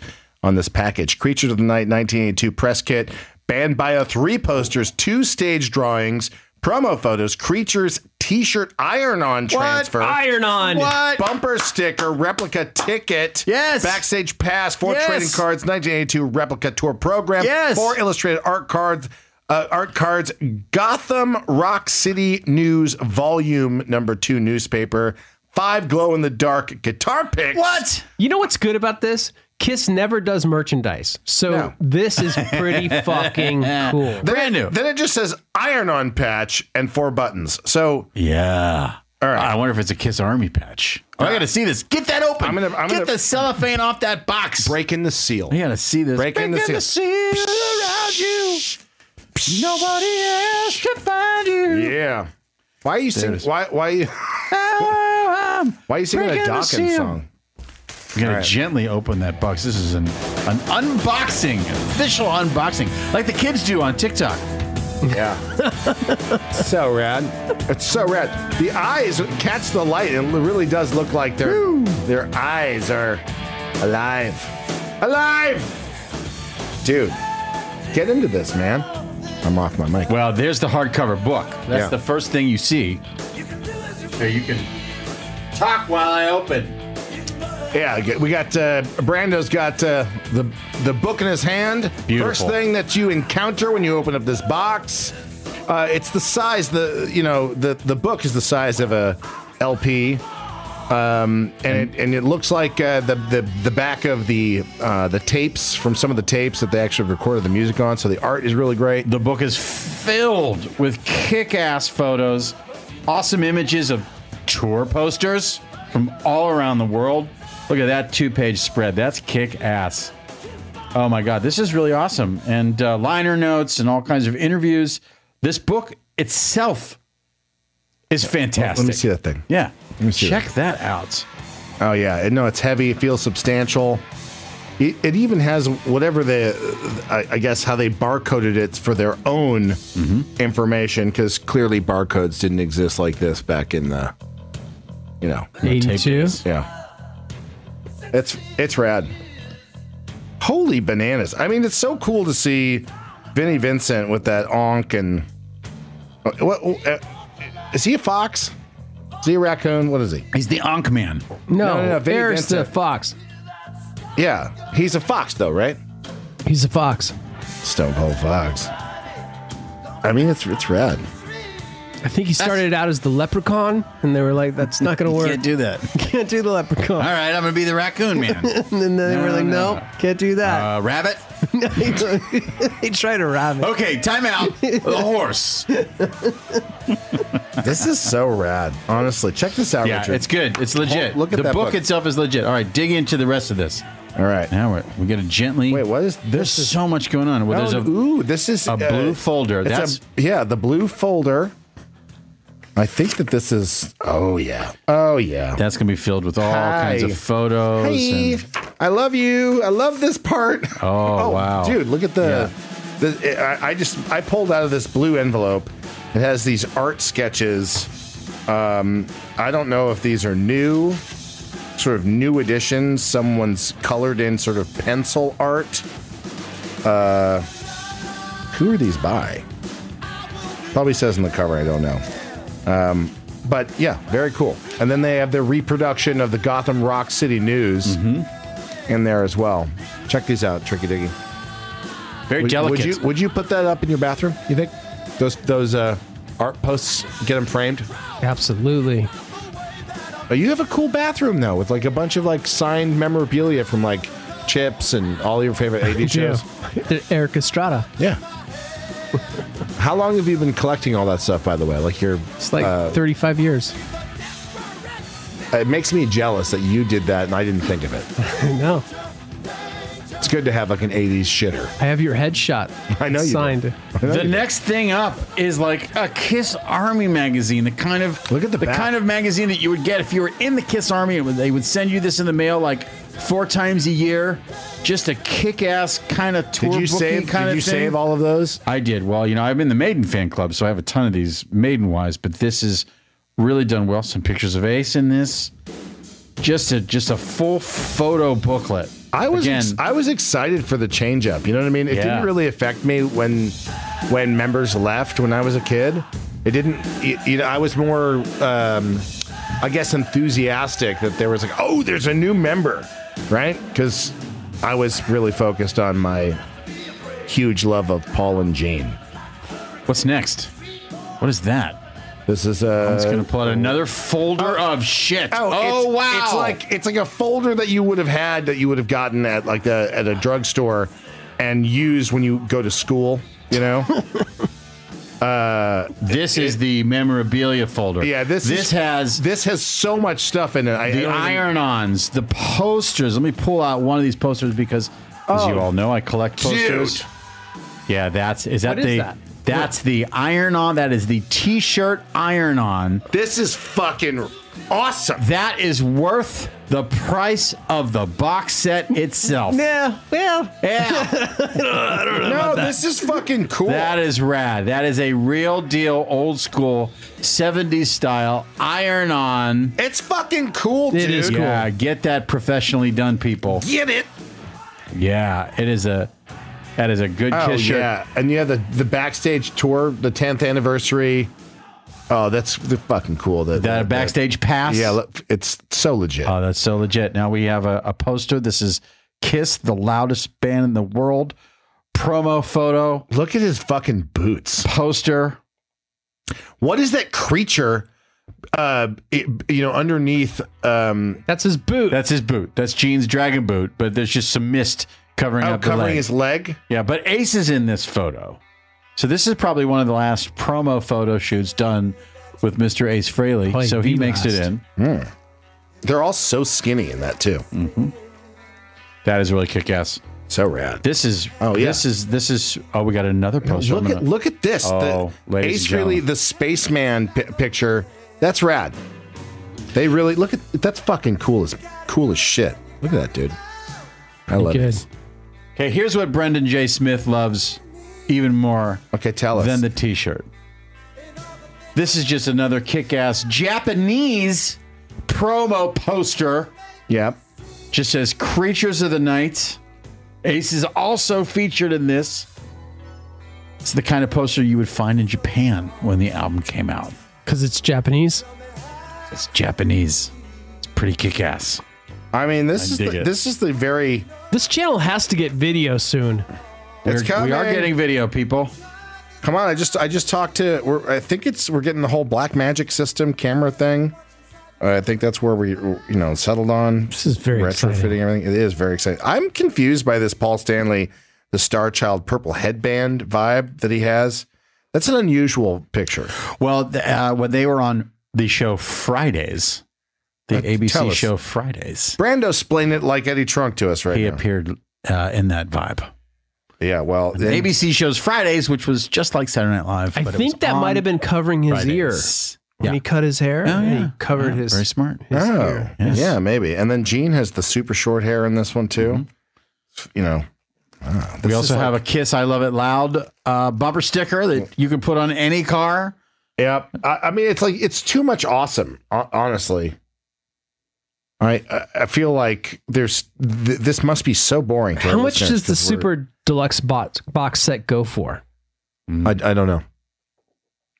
[SPEAKER 3] on this package. Creatures of the Night 1982 press kit, band bio, three posters, two stage drawings, promo photos, creatures t-shirt, iron-on transfer,
[SPEAKER 4] Iron on.
[SPEAKER 5] What?
[SPEAKER 3] bumper sticker, replica ticket,
[SPEAKER 5] Yes.
[SPEAKER 3] backstage pass, four
[SPEAKER 5] Yes.
[SPEAKER 3] trading cards, 1982 replica tour program,
[SPEAKER 5] Yes.
[SPEAKER 3] four illustrated art cards, uh, art cards, Gotham Rock City News Volume Number Two newspaper, five glow in the dark guitar picks.
[SPEAKER 5] What?
[SPEAKER 4] You know what's good about this? Kiss never does merchandise. So
[SPEAKER 3] No.
[SPEAKER 4] this is pretty fucking cool.
[SPEAKER 3] Then
[SPEAKER 5] Brand
[SPEAKER 3] it-
[SPEAKER 5] new.
[SPEAKER 3] Then it just says iron-on patch and four buttons. So
[SPEAKER 5] Yeah.
[SPEAKER 3] All right.
[SPEAKER 5] I wonder if it's a Kiss Army patch. Oh, I gotta see this. Get that open.
[SPEAKER 3] I'm gonna- I'm
[SPEAKER 5] get
[SPEAKER 3] gonna-
[SPEAKER 5] the cellophane off that box.
[SPEAKER 3] breaking the seal.
[SPEAKER 5] I gotta see this.
[SPEAKER 3] Breaking the seal.
[SPEAKER 5] around you. Nobody else can find you.
[SPEAKER 3] Yeah. Why are you singing? Why why are you
[SPEAKER 5] Oh, I'm
[SPEAKER 3] why are you singing
[SPEAKER 5] breaking
[SPEAKER 3] a
[SPEAKER 5] the
[SPEAKER 3] Dawkins
[SPEAKER 5] seal.
[SPEAKER 3] song?
[SPEAKER 5] I'm gonna
[SPEAKER 3] All right.
[SPEAKER 5] gently open that box. This is an an unboxing, official unboxing, like the kids do on TikTok.
[SPEAKER 3] Yeah. so rad. It's so rad. The eyes catch the light and it really does look like their their eyes are alive. Alive. Dude, get into this, man. I'm off my mic.
[SPEAKER 5] Well, there's the hardcover book. That's
[SPEAKER 3] Yeah.
[SPEAKER 5] the first thing you see. Here, you can talk while I open.
[SPEAKER 3] Yeah, g- we got uh, Brando's got uh, the the book in his hand.
[SPEAKER 5] Beautiful.
[SPEAKER 3] First thing that you encounter when you open up this box, uh, it's the size the you know the the book is the size of a LP, um, and it, and it looks like uh, the, the the back of the uh, the tapes from some of the tapes that they actually recorded the music on. So the art is really great.
[SPEAKER 5] The book is filled with kick-ass photos, awesome images of tour posters from all around the world. Look at that two-page spread. That's kick-ass. Oh my god, this is really awesome. And uh, liner notes and all kinds of interviews. This book itself is fantastic.
[SPEAKER 3] Let me see that thing.
[SPEAKER 5] Yeah.
[SPEAKER 3] me see
[SPEAKER 5] Check that out.
[SPEAKER 3] Oh yeah, It- no, it's heavy. It feels substantial. It, it even has whatever the, I, I guess how they barcoded it for their own information because clearly barcodes didn't exist like this back in the, you know,
[SPEAKER 4] 82.
[SPEAKER 3] yeah. It's it's rad. Holy bananas! I mean, it's so cool to see Vinnie Vincent with that onk and what uh, is he a fox? Is he a raccoon? What is he?
[SPEAKER 5] He's the Ankh Man.
[SPEAKER 4] No,
[SPEAKER 3] No, no, no, Vinnie
[SPEAKER 4] there's the
[SPEAKER 3] Vincent.
[SPEAKER 4] fox.
[SPEAKER 3] Yeah, he's a fox though, right?
[SPEAKER 4] He's a fox.
[SPEAKER 3] Stone Cold Fox. I mean, it's it's rad.
[SPEAKER 4] I think he started out as the leprechaun, and they were like, that's not going to work.
[SPEAKER 5] Can't do that.
[SPEAKER 4] Can't do the leprechaun.
[SPEAKER 5] All right, I'm gonna be the Raccoon Man.
[SPEAKER 4] And then they were like,
[SPEAKER 5] no,
[SPEAKER 4] no, can't do that.
[SPEAKER 5] uh, rabbit.
[SPEAKER 12] they try to rob it.
[SPEAKER 5] Okay, time out. The horse.
[SPEAKER 3] this is so rad. Honestly, check this out,
[SPEAKER 5] Yeah,
[SPEAKER 3] Richard.
[SPEAKER 5] it's good. It's legit.
[SPEAKER 3] Hold- look at
[SPEAKER 5] the
[SPEAKER 3] that
[SPEAKER 5] book,
[SPEAKER 3] book.
[SPEAKER 5] itself is legit. All right, dig into the rest of this.
[SPEAKER 3] All right,
[SPEAKER 5] now we're we got to gently. Wait,
[SPEAKER 3] what is
[SPEAKER 5] There's so much going on. Well,
[SPEAKER 3] Oh,
[SPEAKER 5] there's a
[SPEAKER 3] ooh, this is uh,
[SPEAKER 5] a blue folder.
[SPEAKER 3] It's a-
[SPEAKER 5] That's
[SPEAKER 3] yeah, the blue folder. I think that this is. Oh yeah. Oh yeah.
[SPEAKER 5] that's gonna be filled with all
[SPEAKER 3] Hi.
[SPEAKER 5] kinds of photos.
[SPEAKER 3] Hey,
[SPEAKER 5] and-
[SPEAKER 3] I love you. I love this part.
[SPEAKER 5] oh, wow,
[SPEAKER 3] dude, look at the. the I, I just I pulled out of this blue envelope. It has these art sketches. Um, I don't know if these are new, sort of new additions. Someone's colored in sort of pencil art. Uh, who are these by? Probably says in the cover. I don't know. Um, but yeah, very cool. And then they have their reproduction of the Gotham Rock City News
[SPEAKER 5] Mm-hmm.
[SPEAKER 3] in there as well. Check these out, Tricky Diggy.
[SPEAKER 5] Very
[SPEAKER 3] would,
[SPEAKER 5] delicate.
[SPEAKER 3] Would you would you put that up in your bathroom? You think those those uh, art posts get them framed? Uh,
[SPEAKER 4] Absolutely.
[SPEAKER 3] you have a cool bathroom though, with like a bunch of like signed memorabilia from like Chips and all your favorite
[SPEAKER 4] I
[SPEAKER 3] AD
[SPEAKER 4] do.
[SPEAKER 3] shows.
[SPEAKER 4] The Eric Estrada.
[SPEAKER 3] Yeah. How long have you been collecting all that stuff, by the way? Like you're uh,
[SPEAKER 4] It's like
[SPEAKER 5] Uh,
[SPEAKER 4] 35 years.
[SPEAKER 3] It makes me jealous that you did that and I didn't think of it.
[SPEAKER 4] no.
[SPEAKER 3] It's good to have like an 80s shitter.
[SPEAKER 4] I have your headshot.
[SPEAKER 3] I know you do.
[SPEAKER 4] signed.
[SPEAKER 3] I know
[SPEAKER 5] The
[SPEAKER 3] you do.
[SPEAKER 5] next thing up is like a Kiss Army magazine, the kind of look at the, kind of magazine that you would get if you were in the Kiss Army. It would, they would send you this in the mail like four times a year, just a kick-ass kind of tour.
[SPEAKER 3] Did you
[SPEAKER 5] booking
[SPEAKER 3] save?
[SPEAKER 5] Kind
[SPEAKER 3] Did
[SPEAKER 5] of
[SPEAKER 3] you
[SPEAKER 5] thing.
[SPEAKER 3] save all of those?
[SPEAKER 5] I did. Well, you know, I'm in the Maiden fan club, so I have a ton of these Maiden wise, but this is really done well. Some pictures of Ace in this. Just a just a full photo booklet.
[SPEAKER 3] I was
[SPEAKER 5] Again,
[SPEAKER 3] ex- I was excited for the change up. You know what I mean? It
[SPEAKER 5] Yeah.
[SPEAKER 3] didn't really affect me when when members left when I was a kid. It didn't. You, you know, I was more, um, I guess, enthusiastic that there was like, oh, there's a new member, right? Because I was really focused on my huge love of Paul and Jane.
[SPEAKER 5] What's next? What is that?
[SPEAKER 3] This is uh,
[SPEAKER 5] I'm just gonna pull out another folder of shit.
[SPEAKER 3] Oh, it's,
[SPEAKER 5] wow!
[SPEAKER 3] It's like it's like a folder that you would have had that you would have gotten at like the at a drugstore and used when you go to school. You know. uh,
[SPEAKER 5] this is the memorabilia folder.
[SPEAKER 3] Yeah, this
[SPEAKER 5] This
[SPEAKER 3] is,
[SPEAKER 5] has
[SPEAKER 3] this has so much stuff in it. I, I
[SPEAKER 5] the
[SPEAKER 3] don't even-
[SPEAKER 5] iron-ons, the posters. Let me pull out one of these posters because, as you
[SPEAKER 3] Oh.
[SPEAKER 5] all know, I collect posters.
[SPEAKER 3] Dude.
[SPEAKER 5] Yeah, that's is that
[SPEAKER 3] What is
[SPEAKER 5] the
[SPEAKER 3] that?
[SPEAKER 5] that's the iron-on. That is the T-shirt iron-on.
[SPEAKER 3] This is fucking awesome.
[SPEAKER 5] That is worth the price of the box set itself.
[SPEAKER 12] Yeah, well,
[SPEAKER 5] yeah.
[SPEAKER 3] no, this is fucking cool.
[SPEAKER 5] That is rad. That is a real deal, old school, 70s style, iron on.
[SPEAKER 3] It's fucking cool,
[SPEAKER 5] It
[SPEAKER 3] dude.
[SPEAKER 5] is cool. Yeah, get that professionally done, people.
[SPEAKER 3] Get it.
[SPEAKER 5] Yeah, it is a. That is a good
[SPEAKER 3] Oh
[SPEAKER 5] kiss shirt.
[SPEAKER 3] yeah, and yeah, the the backstage tour, the 10th anniversary. Oh, that's the fucking cool. The,
[SPEAKER 5] That a backstage pass?
[SPEAKER 3] Yeah, look, it's so legit.
[SPEAKER 5] Oh, that's so legit. Now we have a, a poster. This is Kiss, the loudest band in the world. Promo photo.
[SPEAKER 3] Look at his fucking boots.
[SPEAKER 5] Poster.
[SPEAKER 3] What is that creature? Uh, it, you know, underneath. Um,
[SPEAKER 4] that's his boot.
[SPEAKER 5] That's his boot. That's Gene's dragon boot. But there's just some mist covering
[SPEAKER 3] Oh,
[SPEAKER 5] up the
[SPEAKER 3] covering
[SPEAKER 5] leg.
[SPEAKER 3] his leg.
[SPEAKER 5] Yeah, but Ace is in this photo. So this is probably one of the last promo photo shoots done with Mr. Ace Frehley.
[SPEAKER 3] Probably
[SPEAKER 5] so he
[SPEAKER 3] the
[SPEAKER 5] makes it
[SPEAKER 3] last.
[SPEAKER 5] in.
[SPEAKER 3] They're all so skinny in that too.
[SPEAKER 5] That is really kick ass.
[SPEAKER 3] So rad.
[SPEAKER 5] This is
[SPEAKER 3] Oh, yeah.
[SPEAKER 5] this is this is oh we got another poster.
[SPEAKER 3] Look
[SPEAKER 5] I'm
[SPEAKER 3] at
[SPEAKER 5] gonna-
[SPEAKER 3] look at this.
[SPEAKER 5] Oh,
[SPEAKER 3] the,
[SPEAKER 5] ladies
[SPEAKER 3] Ace
[SPEAKER 5] and
[SPEAKER 3] really
[SPEAKER 5] gentlemen.
[SPEAKER 3] the spaceman pi picture. That's rad. They really look at that's fucking cool as cool as shit. Look at that dude. I love it.
[SPEAKER 5] Okay, here's what Brendan J. Smith loves even more.
[SPEAKER 3] Okay, tell us.
[SPEAKER 5] Than the T-shirt. This is just another kick-ass Japanese promo poster.
[SPEAKER 3] Yep.
[SPEAKER 5] Just says "Creatures of the Night." Ace is also featured in this. It's the kind of poster you would find in Japan when the album came out.
[SPEAKER 4] Because it's Japanese.
[SPEAKER 5] It's Japanese. It's pretty kick-ass.
[SPEAKER 3] I mean, this
[SPEAKER 5] I
[SPEAKER 3] is
[SPEAKER 5] dig
[SPEAKER 3] the,
[SPEAKER 5] it.
[SPEAKER 3] this is the very
[SPEAKER 4] This channel has to get video soon.
[SPEAKER 3] It's
[SPEAKER 5] We're- we are
[SPEAKER 3] coming.
[SPEAKER 5] getting video, people.
[SPEAKER 3] Come on, I just I just talked to. We're, I think it's we're getting the whole black magic system camera thing. Uh, I think that's where we you know settled on. This
[SPEAKER 4] is very
[SPEAKER 3] retrofitting
[SPEAKER 4] exciting.
[SPEAKER 3] everything. It is very exciting. I'm confused by this Paul Stanley the Star Child purple headband vibe that he has. That's an unusual picture.
[SPEAKER 5] Well, th- uh, when they were on the show Fridays, the
[SPEAKER 3] Uh, tell
[SPEAKER 5] ABC
[SPEAKER 3] us.
[SPEAKER 5] show Fridays,
[SPEAKER 3] Brando explained it like Eddie Trunk to us right
[SPEAKER 5] he
[SPEAKER 3] now.
[SPEAKER 5] appeared uh, in that vibe.
[SPEAKER 3] Yeah, well,
[SPEAKER 5] The
[SPEAKER 3] then-
[SPEAKER 5] ABC shows Fridays, which was just like Saturday Night Live.
[SPEAKER 4] I
[SPEAKER 5] but it
[SPEAKER 4] think
[SPEAKER 5] was
[SPEAKER 4] that
[SPEAKER 5] on
[SPEAKER 4] might have been covering his ear
[SPEAKER 5] Fridays.
[SPEAKER 4] when
[SPEAKER 5] Yeah.
[SPEAKER 4] he cut his hair.
[SPEAKER 5] Oh,
[SPEAKER 4] and
[SPEAKER 5] yeah.
[SPEAKER 4] he covered
[SPEAKER 5] Yeah,
[SPEAKER 4] his
[SPEAKER 5] very smart.
[SPEAKER 4] his
[SPEAKER 3] oh,
[SPEAKER 4] ear.
[SPEAKER 5] Yes.
[SPEAKER 3] yeah, maybe. And then Gene has the super short hair in this one too. You know, wow,
[SPEAKER 5] Mm-hmm. We
[SPEAKER 3] this
[SPEAKER 5] also
[SPEAKER 3] is
[SPEAKER 5] have
[SPEAKER 3] like-
[SPEAKER 5] a Kiss I Love It Loud uh, bumper sticker that you can put on any car.
[SPEAKER 3] Yep. I, I mean, it's like it's too much awesome. hon- Honestly, I I- I feel like there's th- this must be so boring. To our
[SPEAKER 4] How much
[SPEAKER 3] listeners
[SPEAKER 4] does the
[SPEAKER 3] 'cause we're-
[SPEAKER 4] super deluxe box box set go for?
[SPEAKER 3] I, I don't know.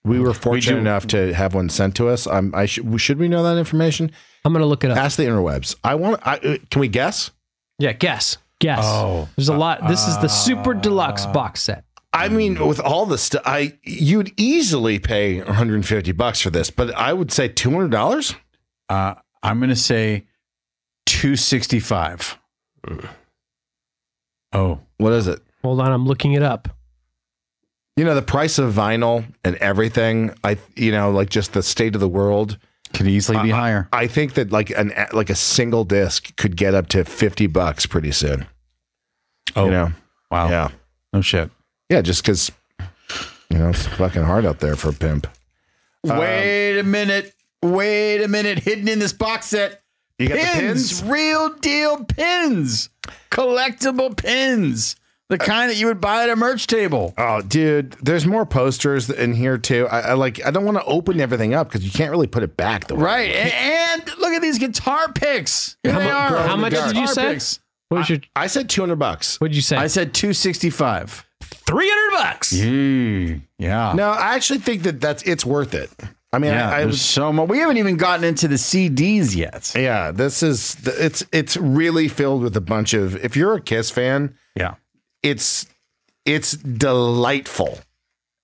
[SPEAKER 3] We were fortunate
[SPEAKER 5] do-
[SPEAKER 3] enough to have one sent to us. I'm, I should should we know that information?
[SPEAKER 4] I'm gonna look it up.
[SPEAKER 3] Ask the interwebs. I want. I, uh, can we guess?
[SPEAKER 4] Yeah, guess. Guess.
[SPEAKER 5] Oh.
[SPEAKER 4] There's a lot. This is the super deluxe box set.
[SPEAKER 3] I mean, with all the stuff, I you'd easily pay 150 bucks for this, but I would say 200 dollars.
[SPEAKER 5] Uh, I'm going to say 265.
[SPEAKER 3] Mm.
[SPEAKER 5] Oh,
[SPEAKER 3] What is it?
[SPEAKER 4] Hold on, I'm looking it up.
[SPEAKER 3] You know, the price of vinyl and everything. I, you know, like just the state of the world.
[SPEAKER 5] could easily
[SPEAKER 3] Uh,
[SPEAKER 5] be higher.
[SPEAKER 3] I think that like an like a single disc could get up to 50 bucks pretty soon.
[SPEAKER 5] Oh,
[SPEAKER 3] You know,
[SPEAKER 5] wow.
[SPEAKER 3] yeah,
[SPEAKER 5] No shit.
[SPEAKER 3] yeah, just because you know it's fucking hard out there for a pimp. Um,
[SPEAKER 5] Wait a minute. Wait a minute. Hidden in this box set.
[SPEAKER 3] You got the pins?
[SPEAKER 5] Real deal pins. Collectible pins. The kind that you would buy at a merch table.
[SPEAKER 3] Uh, Oh, dude, there's more posters in here too. I, I like. I don't want to open everything up because you can't really put it back. The way
[SPEAKER 5] Right. a- And, look at these guitar picks. Here
[SPEAKER 3] How
[SPEAKER 5] they
[SPEAKER 3] mu-
[SPEAKER 5] are.
[SPEAKER 3] bro,
[SPEAKER 4] How
[SPEAKER 3] the
[SPEAKER 4] much
[SPEAKER 3] guitar
[SPEAKER 4] did you say?
[SPEAKER 5] picks.
[SPEAKER 4] What was your
[SPEAKER 3] I said 200 bucks.
[SPEAKER 4] what'd you say?
[SPEAKER 5] I said 265.
[SPEAKER 4] 300 bucks.
[SPEAKER 5] yeah.
[SPEAKER 3] Hmm. No, I actually think that that's it's worth it. I mean,
[SPEAKER 5] yeah,
[SPEAKER 3] I, I
[SPEAKER 5] there's
[SPEAKER 3] was.
[SPEAKER 5] so much. We haven't even gotten into the CDs yet.
[SPEAKER 3] Yeah, this is th- it's it's really filled with a bunch of. If you're a Kiss fan,
[SPEAKER 5] Yeah.
[SPEAKER 3] it's it's delightful,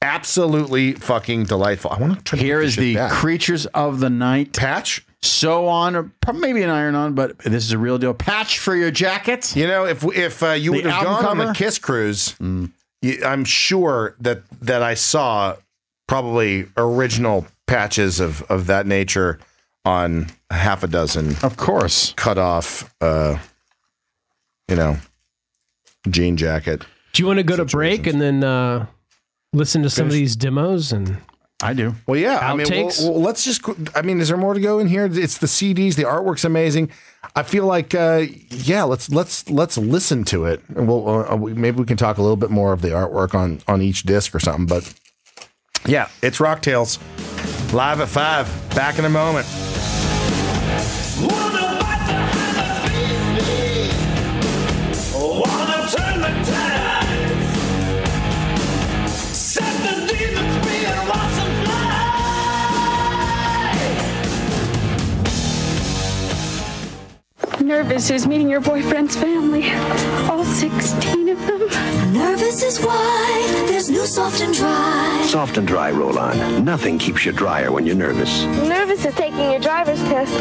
[SPEAKER 3] absolutely fucking delightful. I want to try. to
[SPEAKER 5] Here
[SPEAKER 3] put this
[SPEAKER 5] is
[SPEAKER 3] shit
[SPEAKER 5] the
[SPEAKER 3] back.
[SPEAKER 5] Creatures of the Night
[SPEAKER 3] patch.
[SPEAKER 5] sew on, or prob- maybe an iron on, but this is a real deal. Patch for your jacket.
[SPEAKER 3] You know, if if uh, you
[SPEAKER 5] The
[SPEAKER 3] would have gone
[SPEAKER 5] album
[SPEAKER 3] on the
[SPEAKER 5] cover? Mm.
[SPEAKER 3] Kiss cruise, you, I'm sure that that I saw probably original patches of of that nature on half a dozen
[SPEAKER 5] Of course.
[SPEAKER 3] cut off, uh, you know, jean jacket.
[SPEAKER 4] Do you want to go to break and then uh, listen to some of these demos and
[SPEAKER 5] I do.
[SPEAKER 3] Well, yeah, I mean, well,
[SPEAKER 4] Outtakes?
[SPEAKER 3] well, let's just. qu- I mean, is there more to go in here? It's the CDs. The artwork's amazing. I feel like, uh, yeah, let's let's let's listen to it, and we'll uh, we- maybe we can talk a little bit more of the artwork on on each disc or something. But yeah, it's Rock Tales live at five. Back in a moment.
[SPEAKER 13] Nervous is meeting your boyfriend's family. All 16 of them. Nervous is why there's new soft and dry.
[SPEAKER 9] Soft and dry roll on. Nothing keeps you drier when you're nervous.
[SPEAKER 14] Nervous is taking your driver's test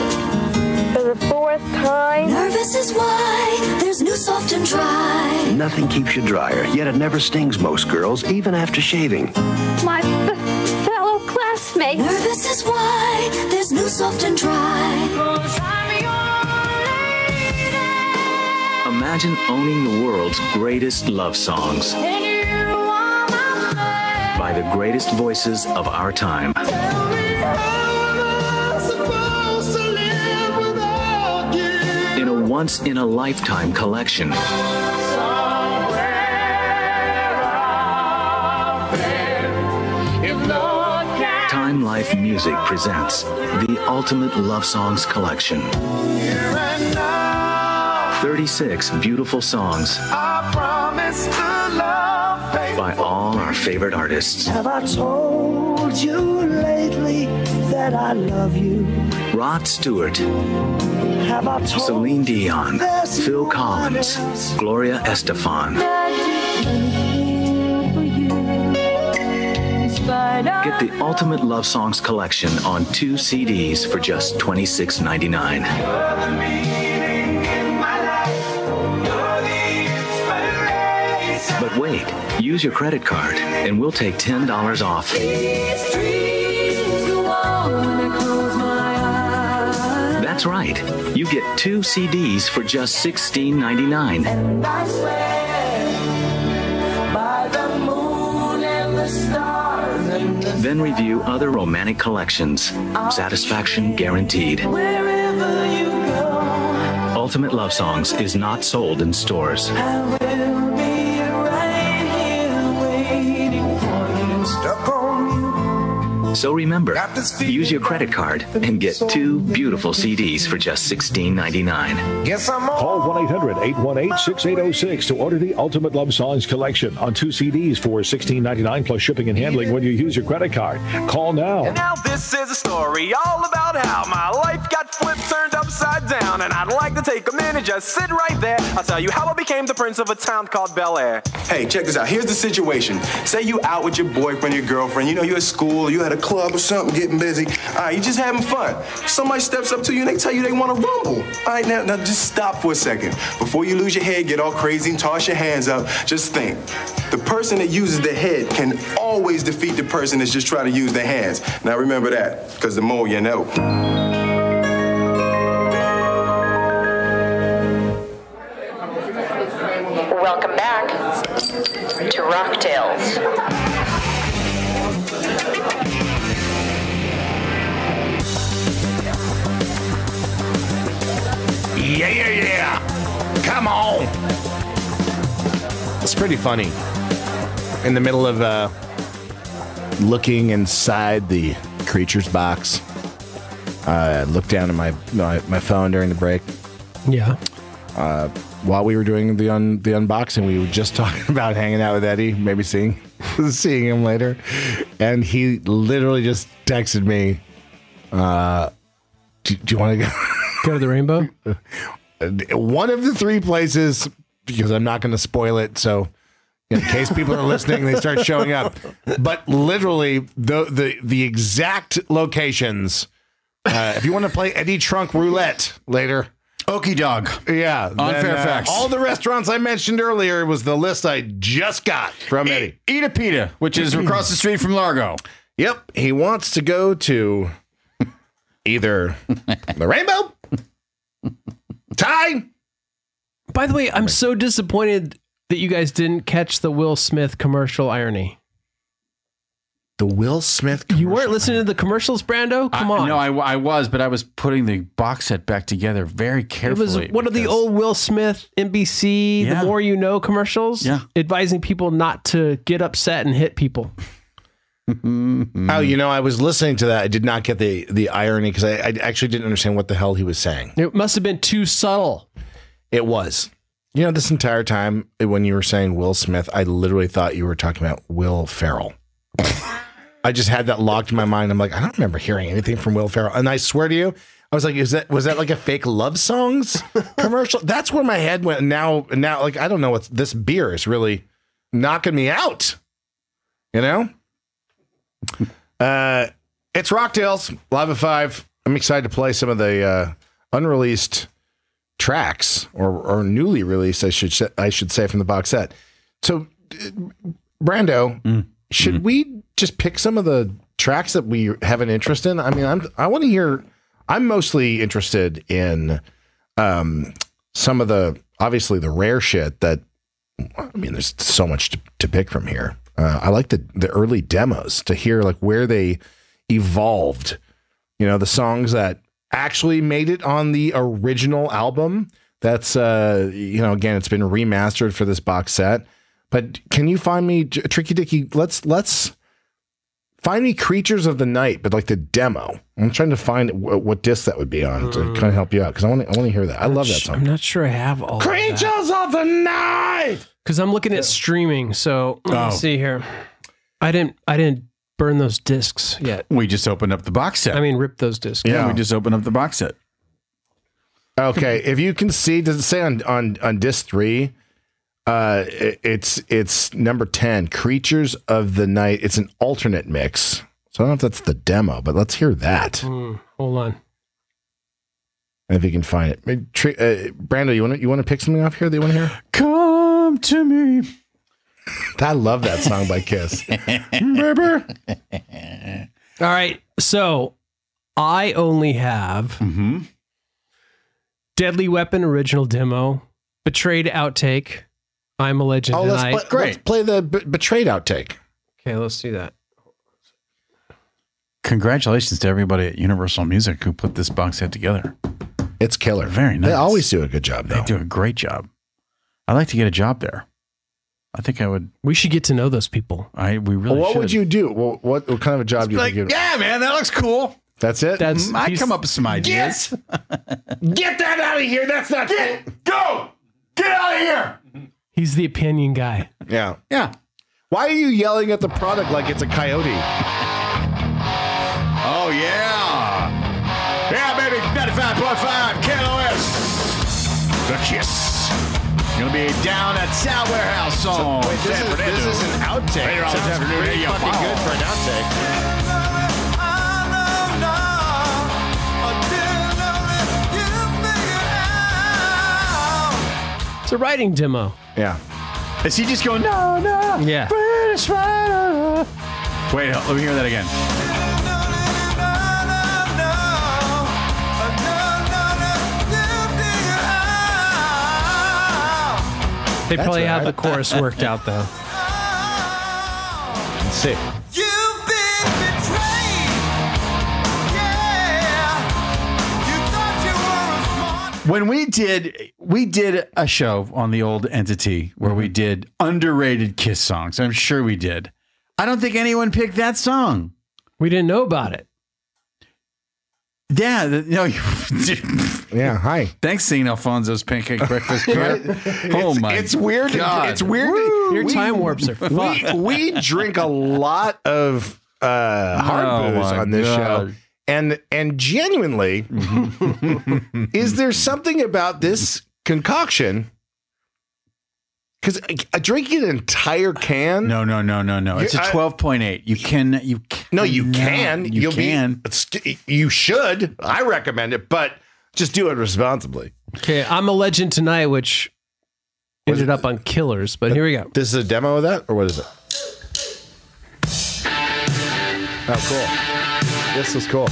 [SPEAKER 14] for the fourth time.
[SPEAKER 13] Nervous is why there's new soft and dry.
[SPEAKER 9] Nothing keeps you drier, yet it never stings most girls, even after shaving.
[SPEAKER 14] My f- fellow classmates.
[SPEAKER 13] Nervous is why there's new soft and dry.
[SPEAKER 15] Imagine owning the world's greatest love songs by the greatest voices of our time. In a once in a lifetime collection. Time Life Music presents the Ultimate Love Songs Collection. 36 beautiful songs by all our favorite artists.
[SPEAKER 9] Have I told you lately that I love you?
[SPEAKER 15] Rod Stewart,
[SPEAKER 9] Have I
[SPEAKER 15] Celine Dion, Phil Collins, Gloria Estefan. Get the Ultimate Love Songs collection on two CDs for just $26.99. But wait, use your credit card and we'll take $10 off. That's right. You get two CDs for just $16.99.
[SPEAKER 6] I swear by the moon and the stars and the
[SPEAKER 15] Then review other romantic collections. Satisfaction guaranteed.
[SPEAKER 6] wherever you go,
[SPEAKER 15] Ultimate Love Songs is not sold in stores.
[SPEAKER 6] I will be right here waiting for you. Stuck on you.
[SPEAKER 15] So remember, use your credit card and get two beautiful CDs for just $16.99.
[SPEAKER 16] Call 1 800 818 6806 to order the Ultimate Love Songs collection on two CDs for $16.99 plus shipping and handling when you use your credit card. Call now.
[SPEAKER 17] And now this is a story all about how my life got flipped, turned upside down. And I'd like to take a minute, just sit right there. I'll tell you how I became the prince of a town called Bel Air.
[SPEAKER 18] Hey, check this out. Here's the situation. Say you out with your boyfriend, your girlfriend. You know, you're at school, you at a club or something, getting busy. All right, you just having fun. Somebody steps up to you and they tell you they want to rumble. All right, now, now just stop for a second. Before you lose your head, get all crazy and toss your hands up, just think. The person that uses their head can always defeat the person that's just trying to use their hands. Now remember that, because the more you know.
[SPEAKER 2] Welcome back to Rock Tales.
[SPEAKER 3] Yeah, yeah, yeah. Come on. It's pretty funny. In the middle of uh, looking inside the creature's box, uh, I looked down at my, my my phone during the break.
[SPEAKER 4] Yeah.
[SPEAKER 3] Uh, while we were doing the un, the unboxing, we were just talking about hanging out with Eddie, maybe seeing seeing him later, and he literally just texted me, uh, "Do, do you want to go
[SPEAKER 4] go to the Rainbow?"
[SPEAKER 3] One of the three places, because I'm not going to spoil it, so in case people are listening, they start showing up. But literally, the the the exact locations. Uh, if you want to play Eddie Trunk Roulette later,
[SPEAKER 5] Okey Dog,
[SPEAKER 3] yeah, uh,
[SPEAKER 5] On Fairfax.
[SPEAKER 3] all the restaurants I mentioned earlier was the list I just got from Eddie.
[SPEAKER 5] Eat a pita, which is across the street from Largo.
[SPEAKER 3] Yep, he wants to go to either the Rainbow, Ty.
[SPEAKER 4] By the way, I'm so disappointed that you guys didn't catch the Will Smith commercial irony.
[SPEAKER 3] The Will Smith.
[SPEAKER 4] You weren't listening to the commercials, Brando. Come
[SPEAKER 5] I-
[SPEAKER 4] on.
[SPEAKER 5] No, I, I was, but I was putting the box set back together very
[SPEAKER 4] It was
[SPEAKER 5] carefully.
[SPEAKER 4] one of the old Will Smith NBC
[SPEAKER 5] Yeah.
[SPEAKER 4] "The More You Know" commercials,
[SPEAKER 5] Yeah.
[SPEAKER 4] advising people not to get upset and hit people.
[SPEAKER 3] Oh, you know, I was listening to that. I did not get the the irony because I, I actually didn't understand what the hell he was saying.
[SPEAKER 4] It must have been too subtle.
[SPEAKER 3] It was. You know, this entire time when you were saying Will Smith, I literally thought you were talking about Will Ferrell. I just had that locked in my mind. I'm like, I don't remember hearing anything from Will Ferrell, and I swear to you, I was like, is that was that like a fake love songs commercial? That's where my head went. Now, now, like, I don't know what's this beer is really knocking me out. You know. Uh, it's Rocktails Live at Five. I'm excited to play some of the uh, unreleased tracks or, or newly released, I should sa- I should say, from the box set. So, uh, Brando, should we just pick some of the tracks that we have an interest in? I mean, I'm I want to hear. I'm mostly interested in um, some of the obviously the rare shit that. I mean, there's so much to, to pick from here. Uh, I like the the early demos to hear like where they evolved. You know, the songs that actually made it on the original album. That's uh, you know, again, it's been remastered for this box set. But can you find me J- Tricky Dicky? Let's let's find me Creatures of the Night, but like the demo. I'm trying to find w- what disc that would be on to kind of help you out because I want to I want to hear that. I love that song.
[SPEAKER 4] I'm not sure I have all
[SPEAKER 3] Creatures of the night.
[SPEAKER 4] Because I'm looking at streaming, so let me
[SPEAKER 5] Oh.
[SPEAKER 4] see here. I didn't. I didn't burn those discs yet.
[SPEAKER 5] We just opened up the box set.
[SPEAKER 4] I mean, rip those discs.
[SPEAKER 5] yeah, we just opened up the box set.
[SPEAKER 3] Okay, if you can see, does it say on on on disc three? Uh, i- it's it's number ten, Creatures of the Night. It's an alternate mix, so I don't know if that's the demo, but let's hear that.
[SPEAKER 4] Hmm, hold on.
[SPEAKER 3] And if you can find it, Maybe Tri- uh, Brando, you want to you want to pick something off here that you want to hear?
[SPEAKER 5] Come to me.
[SPEAKER 3] I love that song by Kiss.
[SPEAKER 4] All right. So I only have Deadly Weapon original demo, Betrayed outtake, I'm a Legend.
[SPEAKER 3] Oh, let's
[SPEAKER 4] and I-
[SPEAKER 3] play, let's play the b- Betrayed outtake.
[SPEAKER 4] Okay, let's do that.
[SPEAKER 5] Congratulations to everybody at Universal Music who put this box set together.
[SPEAKER 3] It's killer.
[SPEAKER 5] Very nice. They always
[SPEAKER 3] do a good job,
[SPEAKER 5] They do a great job. I'd like to get a job there. I think I would.
[SPEAKER 4] We should get to know those people.
[SPEAKER 5] I we really.
[SPEAKER 3] what
[SPEAKER 5] should.
[SPEAKER 3] would you do? What, what, what kind of a job do you
[SPEAKER 5] Like,
[SPEAKER 3] think you'd
[SPEAKER 5] yeah, man, that looks cool.
[SPEAKER 3] That's it?
[SPEAKER 5] That's- I he's- come up with some ideas.
[SPEAKER 3] Get that out of here. That's not
[SPEAKER 5] Get, Go! Get out of here!
[SPEAKER 4] He's the opinion guy.
[SPEAKER 3] Yeah.
[SPEAKER 5] Yeah.
[SPEAKER 3] Why are you yelling at the product like it's a coyote?
[SPEAKER 5] Oh yeah. Yeah, baby, 95.5 KLOS. The Kiss. Gonna be down at Sound Warehouse on
[SPEAKER 6] wait, this
[SPEAKER 5] Oh, San
[SPEAKER 6] is-
[SPEAKER 5] Fernando.
[SPEAKER 6] this is an outtake.
[SPEAKER 5] Later on this
[SPEAKER 6] Sounds
[SPEAKER 5] afternoon,
[SPEAKER 6] pretty
[SPEAKER 5] Radio
[SPEAKER 6] fucking
[SPEAKER 5] Follow.
[SPEAKER 6] good for an
[SPEAKER 4] It's a writing demo.
[SPEAKER 3] Yeah.
[SPEAKER 5] Is he just going, no, no?
[SPEAKER 4] Yeah.
[SPEAKER 5] British rider. Wait, let me hear that again.
[SPEAKER 4] They
[SPEAKER 6] That's
[SPEAKER 4] probably
[SPEAKER 6] all
[SPEAKER 4] have the
[SPEAKER 6] right.
[SPEAKER 4] chorus worked out though.
[SPEAKER 3] Let's see.
[SPEAKER 6] You've been betrayed.
[SPEAKER 5] When we did, we did a show on the old entity where we did underrated Kiss songs. I'm sure we did. I don't think anyone picked that song.
[SPEAKER 4] We didn't know about it.
[SPEAKER 5] Yeah, the, no. You,
[SPEAKER 3] yeah, hi.
[SPEAKER 5] Thanks, seeing Alfonso's pancake breakfast. Club. oh my!
[SPEAKER 3] It's weird.
[SPEAKER 5] God.
[SPEAKER 3] It's weird.
[SPEAKER 4] Your time warps are
[SPEAKER 3] we,
[SPEAKER 4] fucked.
[SPEAKER 3] we drink a lot of uh, hard
[SPEAKER 5] Oh,
[SPEAKER 3] booze
[SPEAKER 5] my
[SPEAKER 3] on this show.
[SPEAKER 5] God.
[SPEAKER 3] And and genuinely, is there something about this concoction? Because drinking an entire can.
[SPEAKER 5] No, no, no, no, no. It's a
[SPEAKER 3] You- I-
[SPEAKER 5] 12.8. You can. You can.
[SPEAKER 3] No, you can.
[SPEAKER 5] You
[SPEAKER 3] You'll be-
[SPEAKER 5] can.
[SPEAKER 3] it's- you should. I recommend it, but just do it responsibly.
[SPEAKER 4] Okay, I'm a legend tonight, which ended up on Killers, but here we go.
[SPEAKER 3] This is a demo of that, or what is it? Oh, cool. This is cool.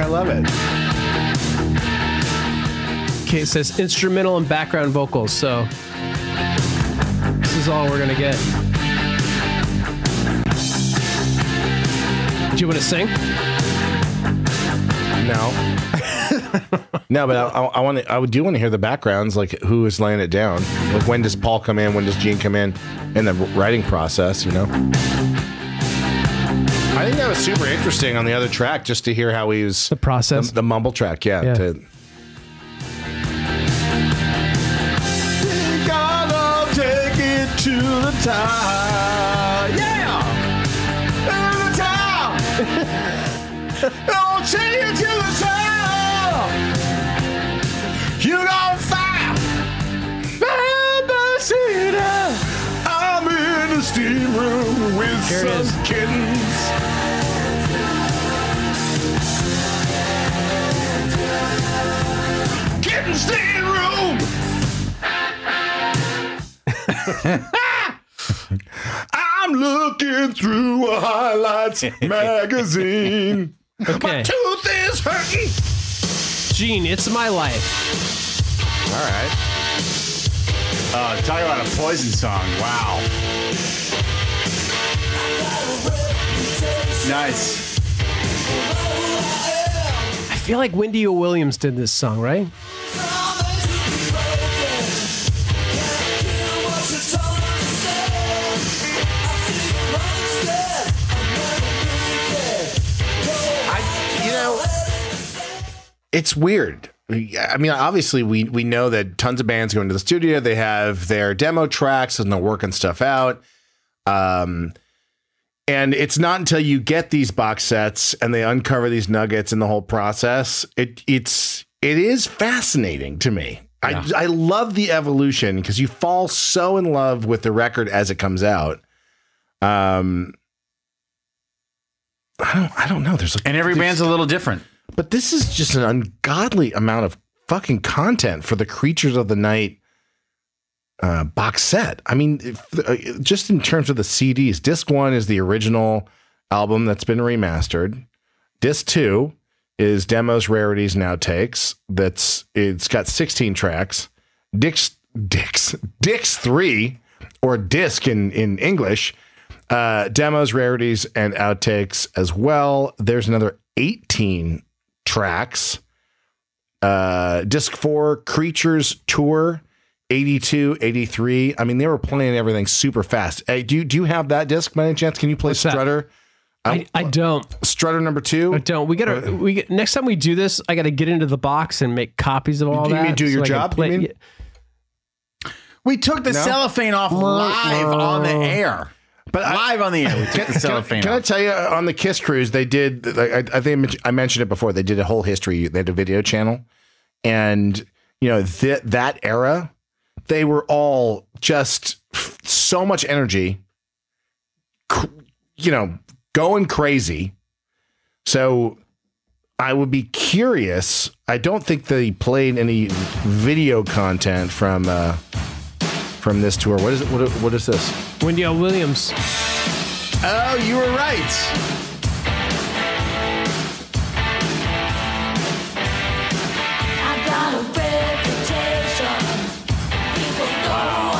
[SPEAKER 3] I love it.
[SPEAKER 4] Okay, it says instrumental and background vocals, so this is all we're gonna get. Do you want to sing?
[SPEAKER 3] No. no, but I, I want to. I do want to hear the backgrounds, like who is laying it down. Like when does Paul come in? When does Gene come in? And the writing process, you know. I think that was super interesting on the other track, just to hear how he was the
[SPEAKER 4] process,
[SPEAKER 3] the, mumble track. Yeah.
[SPEAKER 4] Yeah.
[SPEAKER 3] to-
[SPEAKER 5] Gotta take it to the top. Yeah! To the top! I'll take it to the top! You gon' fire! Bamba City! I'm in the steam room with
[SPEAKER 6] Here it is.
[SPEAKER 5] some kittens.
[SPEAKER 6] Kitten stand room.
[SPEAKER 3] I'm looking through a highlights magazine.
[SPEAKER 4] Okay,
[SPEAKER 6] Tooth is hurting.
[SPEAKER 4] Gene, it's my life.
[SPEAKER 3] All right.
[SPEAKER 5] Uh, talk about a poison song. Wow. Nice.
[SPEAKER 4] I feel like Wendy O. Williams did this song, right?
[SPEAKER 3] I, you know, it's weird. I mean, obviously, we we know that tons of bands go into the studio. They have their demo tracks and they're working stuff out. Um, and it's not until you get these box sets and they uncover these nuggets in the whole process. It it's it is fascinating to me. I I love the evolution because you fall so in love with the record as it comes out. Um, I don't. I don't know. There's like,
[SPEAKER 5] and every band's a little different.
[SPEAKER 3] But this is just an ungodly amount of fucking content for the Creatures of the Night uh, box set. I mean, if, uh, just in terms of the CDs, disc one is the original album that's been remastered. Disc two is demos, rarities, and outtakes. That's it's got 16 tracks. Dix Dix Dix three or disc in in English. Uh, demos, rarities, and outtakes as well. There's another 18 tracks uh disc 4 creatures tour 82 83 i mean they were playing everything super fast hey do you do you have that disc by any chance can you play
[SPEAKER 4] that? Uh,
[SPEAKER 3] strutter
[SPEAKER 4] I, I don't.
[SPEAKER 3] Strutter number two.
[SPEAKER 4] I don't. We gotta. We get, next time we do this, I gotta get into the box and make copies of all
[SPEAKER 3] you
[SPEAKER 4] that.
[SPEAKER 3] mean do your
[SPEAKER 4] I can
[SPEAKER 3] job, you mean?
[SPEAKER 4] Yeah.
[SPEAKER 5] We took the
[SPEAKER 4] No?
[SPEAKER 5] cellophane off live on the air.
[SPEAKER 3] But
[SPEAKER 5] live on the air, we took the cellophane
[SPEAKER 3] Can I
[SPEAKER 5] off.
[SPEAKER 3] tell you uh, on the Kiss cruise they did? I, I think I men- I mentioned it before. They did a whole history. They had a video channel, and you know th- that era, they were all just f- so much energy, cr- you know, going crazy. So I would be curious. I don't think they played any video content from uh, from this tour. What is it? What, what is this?
[SPEAKER 4] Wendy L. Williams.
[SPEAKER 5] Oh, you were right.
[SPEAKER 6] I got a reputation. People know who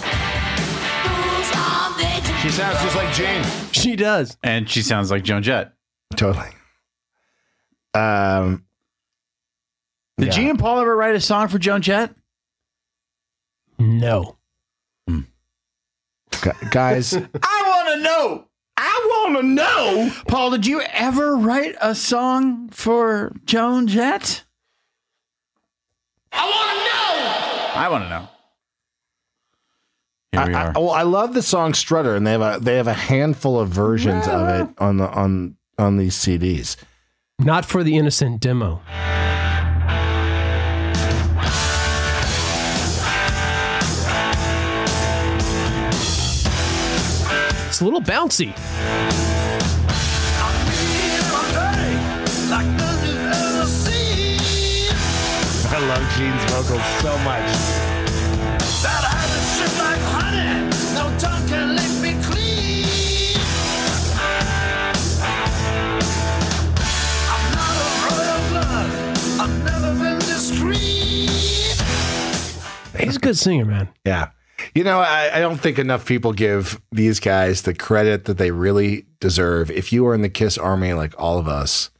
[SPEAKER 6] I am. Who's on they to
[SPEAKER 5] She sounds just like Jane.
[SPEAKER 4] She does.
[SPEAKER 5] And she sounds like Joan Jett.
[SPEAKER 3] Totally. Um,
[SPEAKER 5] Did Gene and Paul ever write a song for Joan Jett?
[SPEAKER 4] No.
[SPEAKER 3] Gu- guys,
[SPEAKER 5] I want to know. I want to know. Paul, did you ever write a song for Joan Jett? I want to know. I want to know. Here we
[SPEAKER 3] I,
[SPEAKER 5] are.
[SPEAKER 3] well, I love the song Strutter, and they have a they have a handful of versions of it on the on on these CDs.
[SPEAKER 4] Not for the innocent demo. It's a little bouncy.
[SPEAKER 3] I love Gene's vocals so much.
[SPEAKER 4] He's a good singer, man.
[SPEAKER 3] Yeah, you know, I, I don't think enough people give these guys the credit that they really deserve. If you are in the Kiss army like all of us,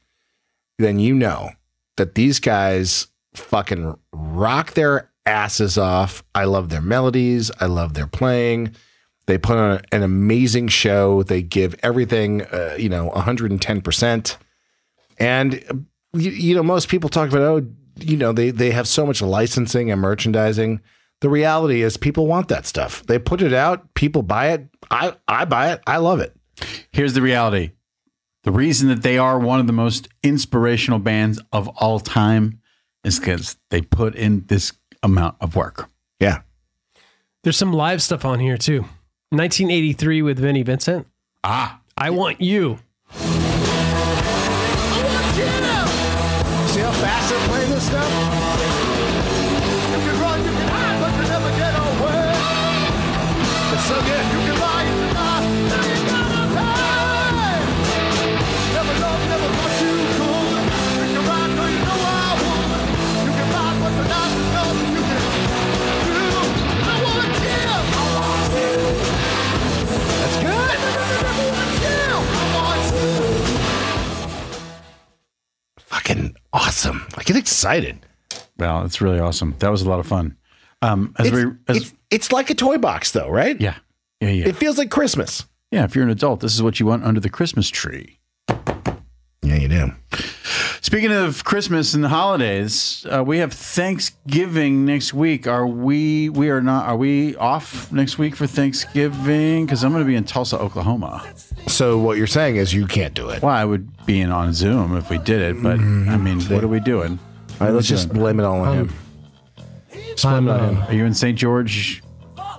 [SPEAKER 3] then you know that these guys fucking rock their asses off. I love their melodies. I love their playing. They put on an amazing show. They give everything, uh, you know, 110%. And, uh, you, you know, most people talk about, oh, you know, they, they have so much licensing and merchandising. The reality is people want that stuff. They put it out. People buy it. I, I buy it. I love it.
[SPEAKER 5] Here's the reality. The reason that they are one of the most inspirational bands of all time is because they put in this amount of work.
[SPEAKER 3] Yeah.
[SPEAKER 4] There's some live stuff on here too. 1983 with Vinnie Vincent.
[SPEAKER 5] Ah.
[SPEAKER 4] I want you.
[SPEAKER 3] See how fast they're playing this stuff? Fucking awesome. I get excited.
[SPEAKER 5] Well, it's really awesome. That was a lot of fun. Um, as
[SPEAKER 3] It's-
[SPEAKER 5] we, as,
[SPEAKER 3] it's, it's like a toy box, though, right?
[SPEAKER 5] yeah, yeah, yeah,
[SPEAKER 3] It feels like Christmas.
[SPEAKER 5] yeah. If you're an adult, this is what you want under the Christmas tree.
[SPEAKER 3] Yeah, you do.
[SPEAKER 5] Speaking of Christmas and the holidays, uh, we have Thanksgiving next week. Are we? We are not. Are we off next week for Thanksgiving? Because I'm going to be in Tulsa, Oklahoma.
[SPEAKER 3] So what you're saying is you can't do it.
[SPEAKER 5] Well, I would be in on Zoom if we did it, but I mean, what are we doing?
[SPEAKER 3] All right, let's just blame it all on him. Just blame it on him.
[SPEAKER 5] Are you in St. George?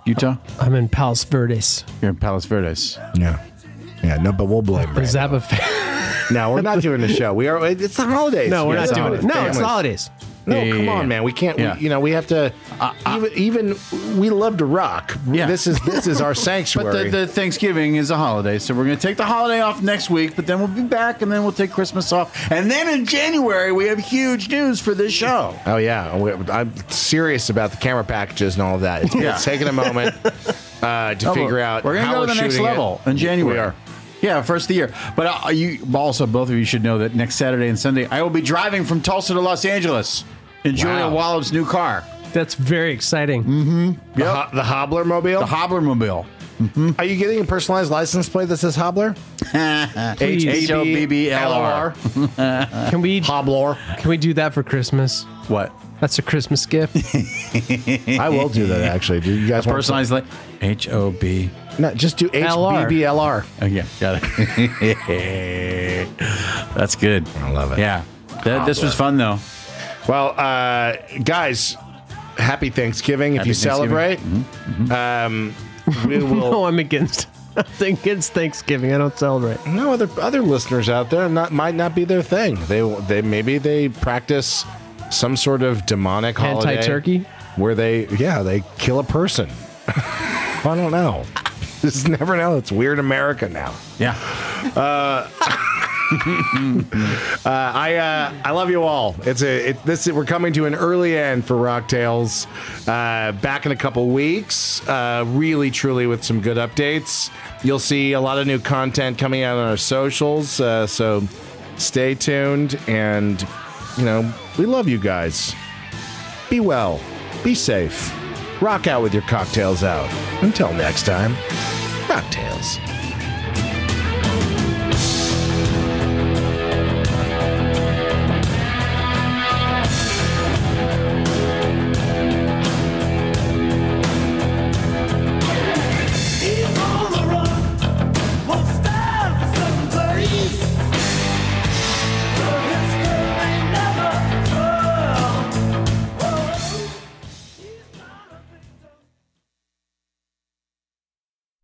[SPEAKER 5] Utah?
[SPEAKER 4] I'm in Palos Verdes.
[SPEAKER 5] You're in Palos Verdes.
[SPEAKER 3] Yeah. Yeah, no, but we'll blame
[SPEAKER 4] The Zappa fan.
[SPEAKER 3] No, we're not doing the show. We are. It's the holidays.
[SPEAKER 4] No, we're
[SPEAKER 3] Yeah,
[SPEAKER 4] not
[SPEAKER 3] it's
[SPEAKER 4] doing it. No, it's
[SPEAKER 3] Families.
[SPEAKER 4] the holidays.
[SPEAKER 3] No,
[SPEAKER 4] Yeah,
[SPEAKER 3] come
[SPEAKER 4] yeah, yeah.
[SPEAKER 3] on, man. We can't.
[SPEAKER 4] Yeah.
[SPEAKER 3] We, you know, we have to. even, even we love to rock. This is this is our sanctuary.
[SPEAKER 5] But the, the Thanksgiving is a holiday, so we're going to take the holiday off next week. But then we'll be back, and then we'll take Christmas off, and then in January we have huge news for this show.
[SPEAKER 3] Oh yeah, We- I'm serious about the camera packages and all of that. It's,
[SPEAKER 5] Yeah.
[SPEAKER 3] it's taking a moment uh, to
[SPEAKER 5] Oh,
[SPEAKER 3] figure out.
[SPEAKER 5] We're gonna
[SPEAKER 3] how
[SPEAKER 5] go
[SPEAKER 3] we're
[SPEAKER 5] to the next
[SPEAKER 3] shooting it.
[SPEAKER 5] level in January.
[SPEAKER 3] We are.
[SPEAKER 5] Yeah, first of the year. But uh, you also, both of you should know that next Saturday and Sunday, I will be driving from Tulsa to Los Angeles in Julia Wallop's new car.
[SPEAKER 4] That's very exciting.
[SPEAKER 5] Mm-hmm.
[SPEAKER 3] The, ho- the Hobbler mobile. The
[SPEAKER 5] Hobbler mobile.
[SPEAKER 3] Are you getting a personalized license plate that says Hobbler?
[SPEAKER 5] H H O B B L O R.
[SPEAKER 4] Can we
[SPEAKER 3] Hoblor?
[SPEAKER 4] Can we do that for Christmas?
[SPEAKER 5] What?
[SPEAKER 4] That's a Christmas gift.
[SPEAKER 3] I will do that actually. Do you guys
[SPEAKER 5] A
[SPEAKER 3] want
[SPEAKER 5] personalized like H O B.
[SPEAKER 3] No, just do
[SPEAKER 5] LR.
[SPEAKER 3] HBBLR.
[SPEAKER 5] Okay, got it. That's good. I love
[SPEAKER 3] it.
[SPEAKER 5] Yeah. Th- this was fun though.
[SPEAKER 3] Well, uh, guys, happy Thanksgiving if
[SPEAKER 4] Happy
[SPEAKER 3] you
[SPEAKER 4] Thanksgiving.
[SPEAKER 3] celebrate.
[SPEAKER 5] Mm-hmm.
[SPEAKER 3] Um, we will.
[SPEAKER 4] no, I'm against. I'm against Thanksgiving. I don't celebrate.
[SPEAKER 3] No other other listeners out there not might not be their thing. They they maybe they practice some sort of demonic holiday
[SPEAKER 4] Anti-turkey?
[SPEAKER 3] where they yeah they kill a person. I don't know. Just never know. It's weird America now.
[SPEAKER 5] Yeah.
[SPEAKER 3] Uh, uh, I uh, I love you all. It's a it, this we're coming to an early end for Rocktails. Uh, back in a couple weeks, uh, really truly with some good updates. You'll see a lot of new content coming out on our socials. Uh, so stay tuned, and you know we love you guys. Be well, be safe. Rock out with your cocktails out. Until next time, Rocktails.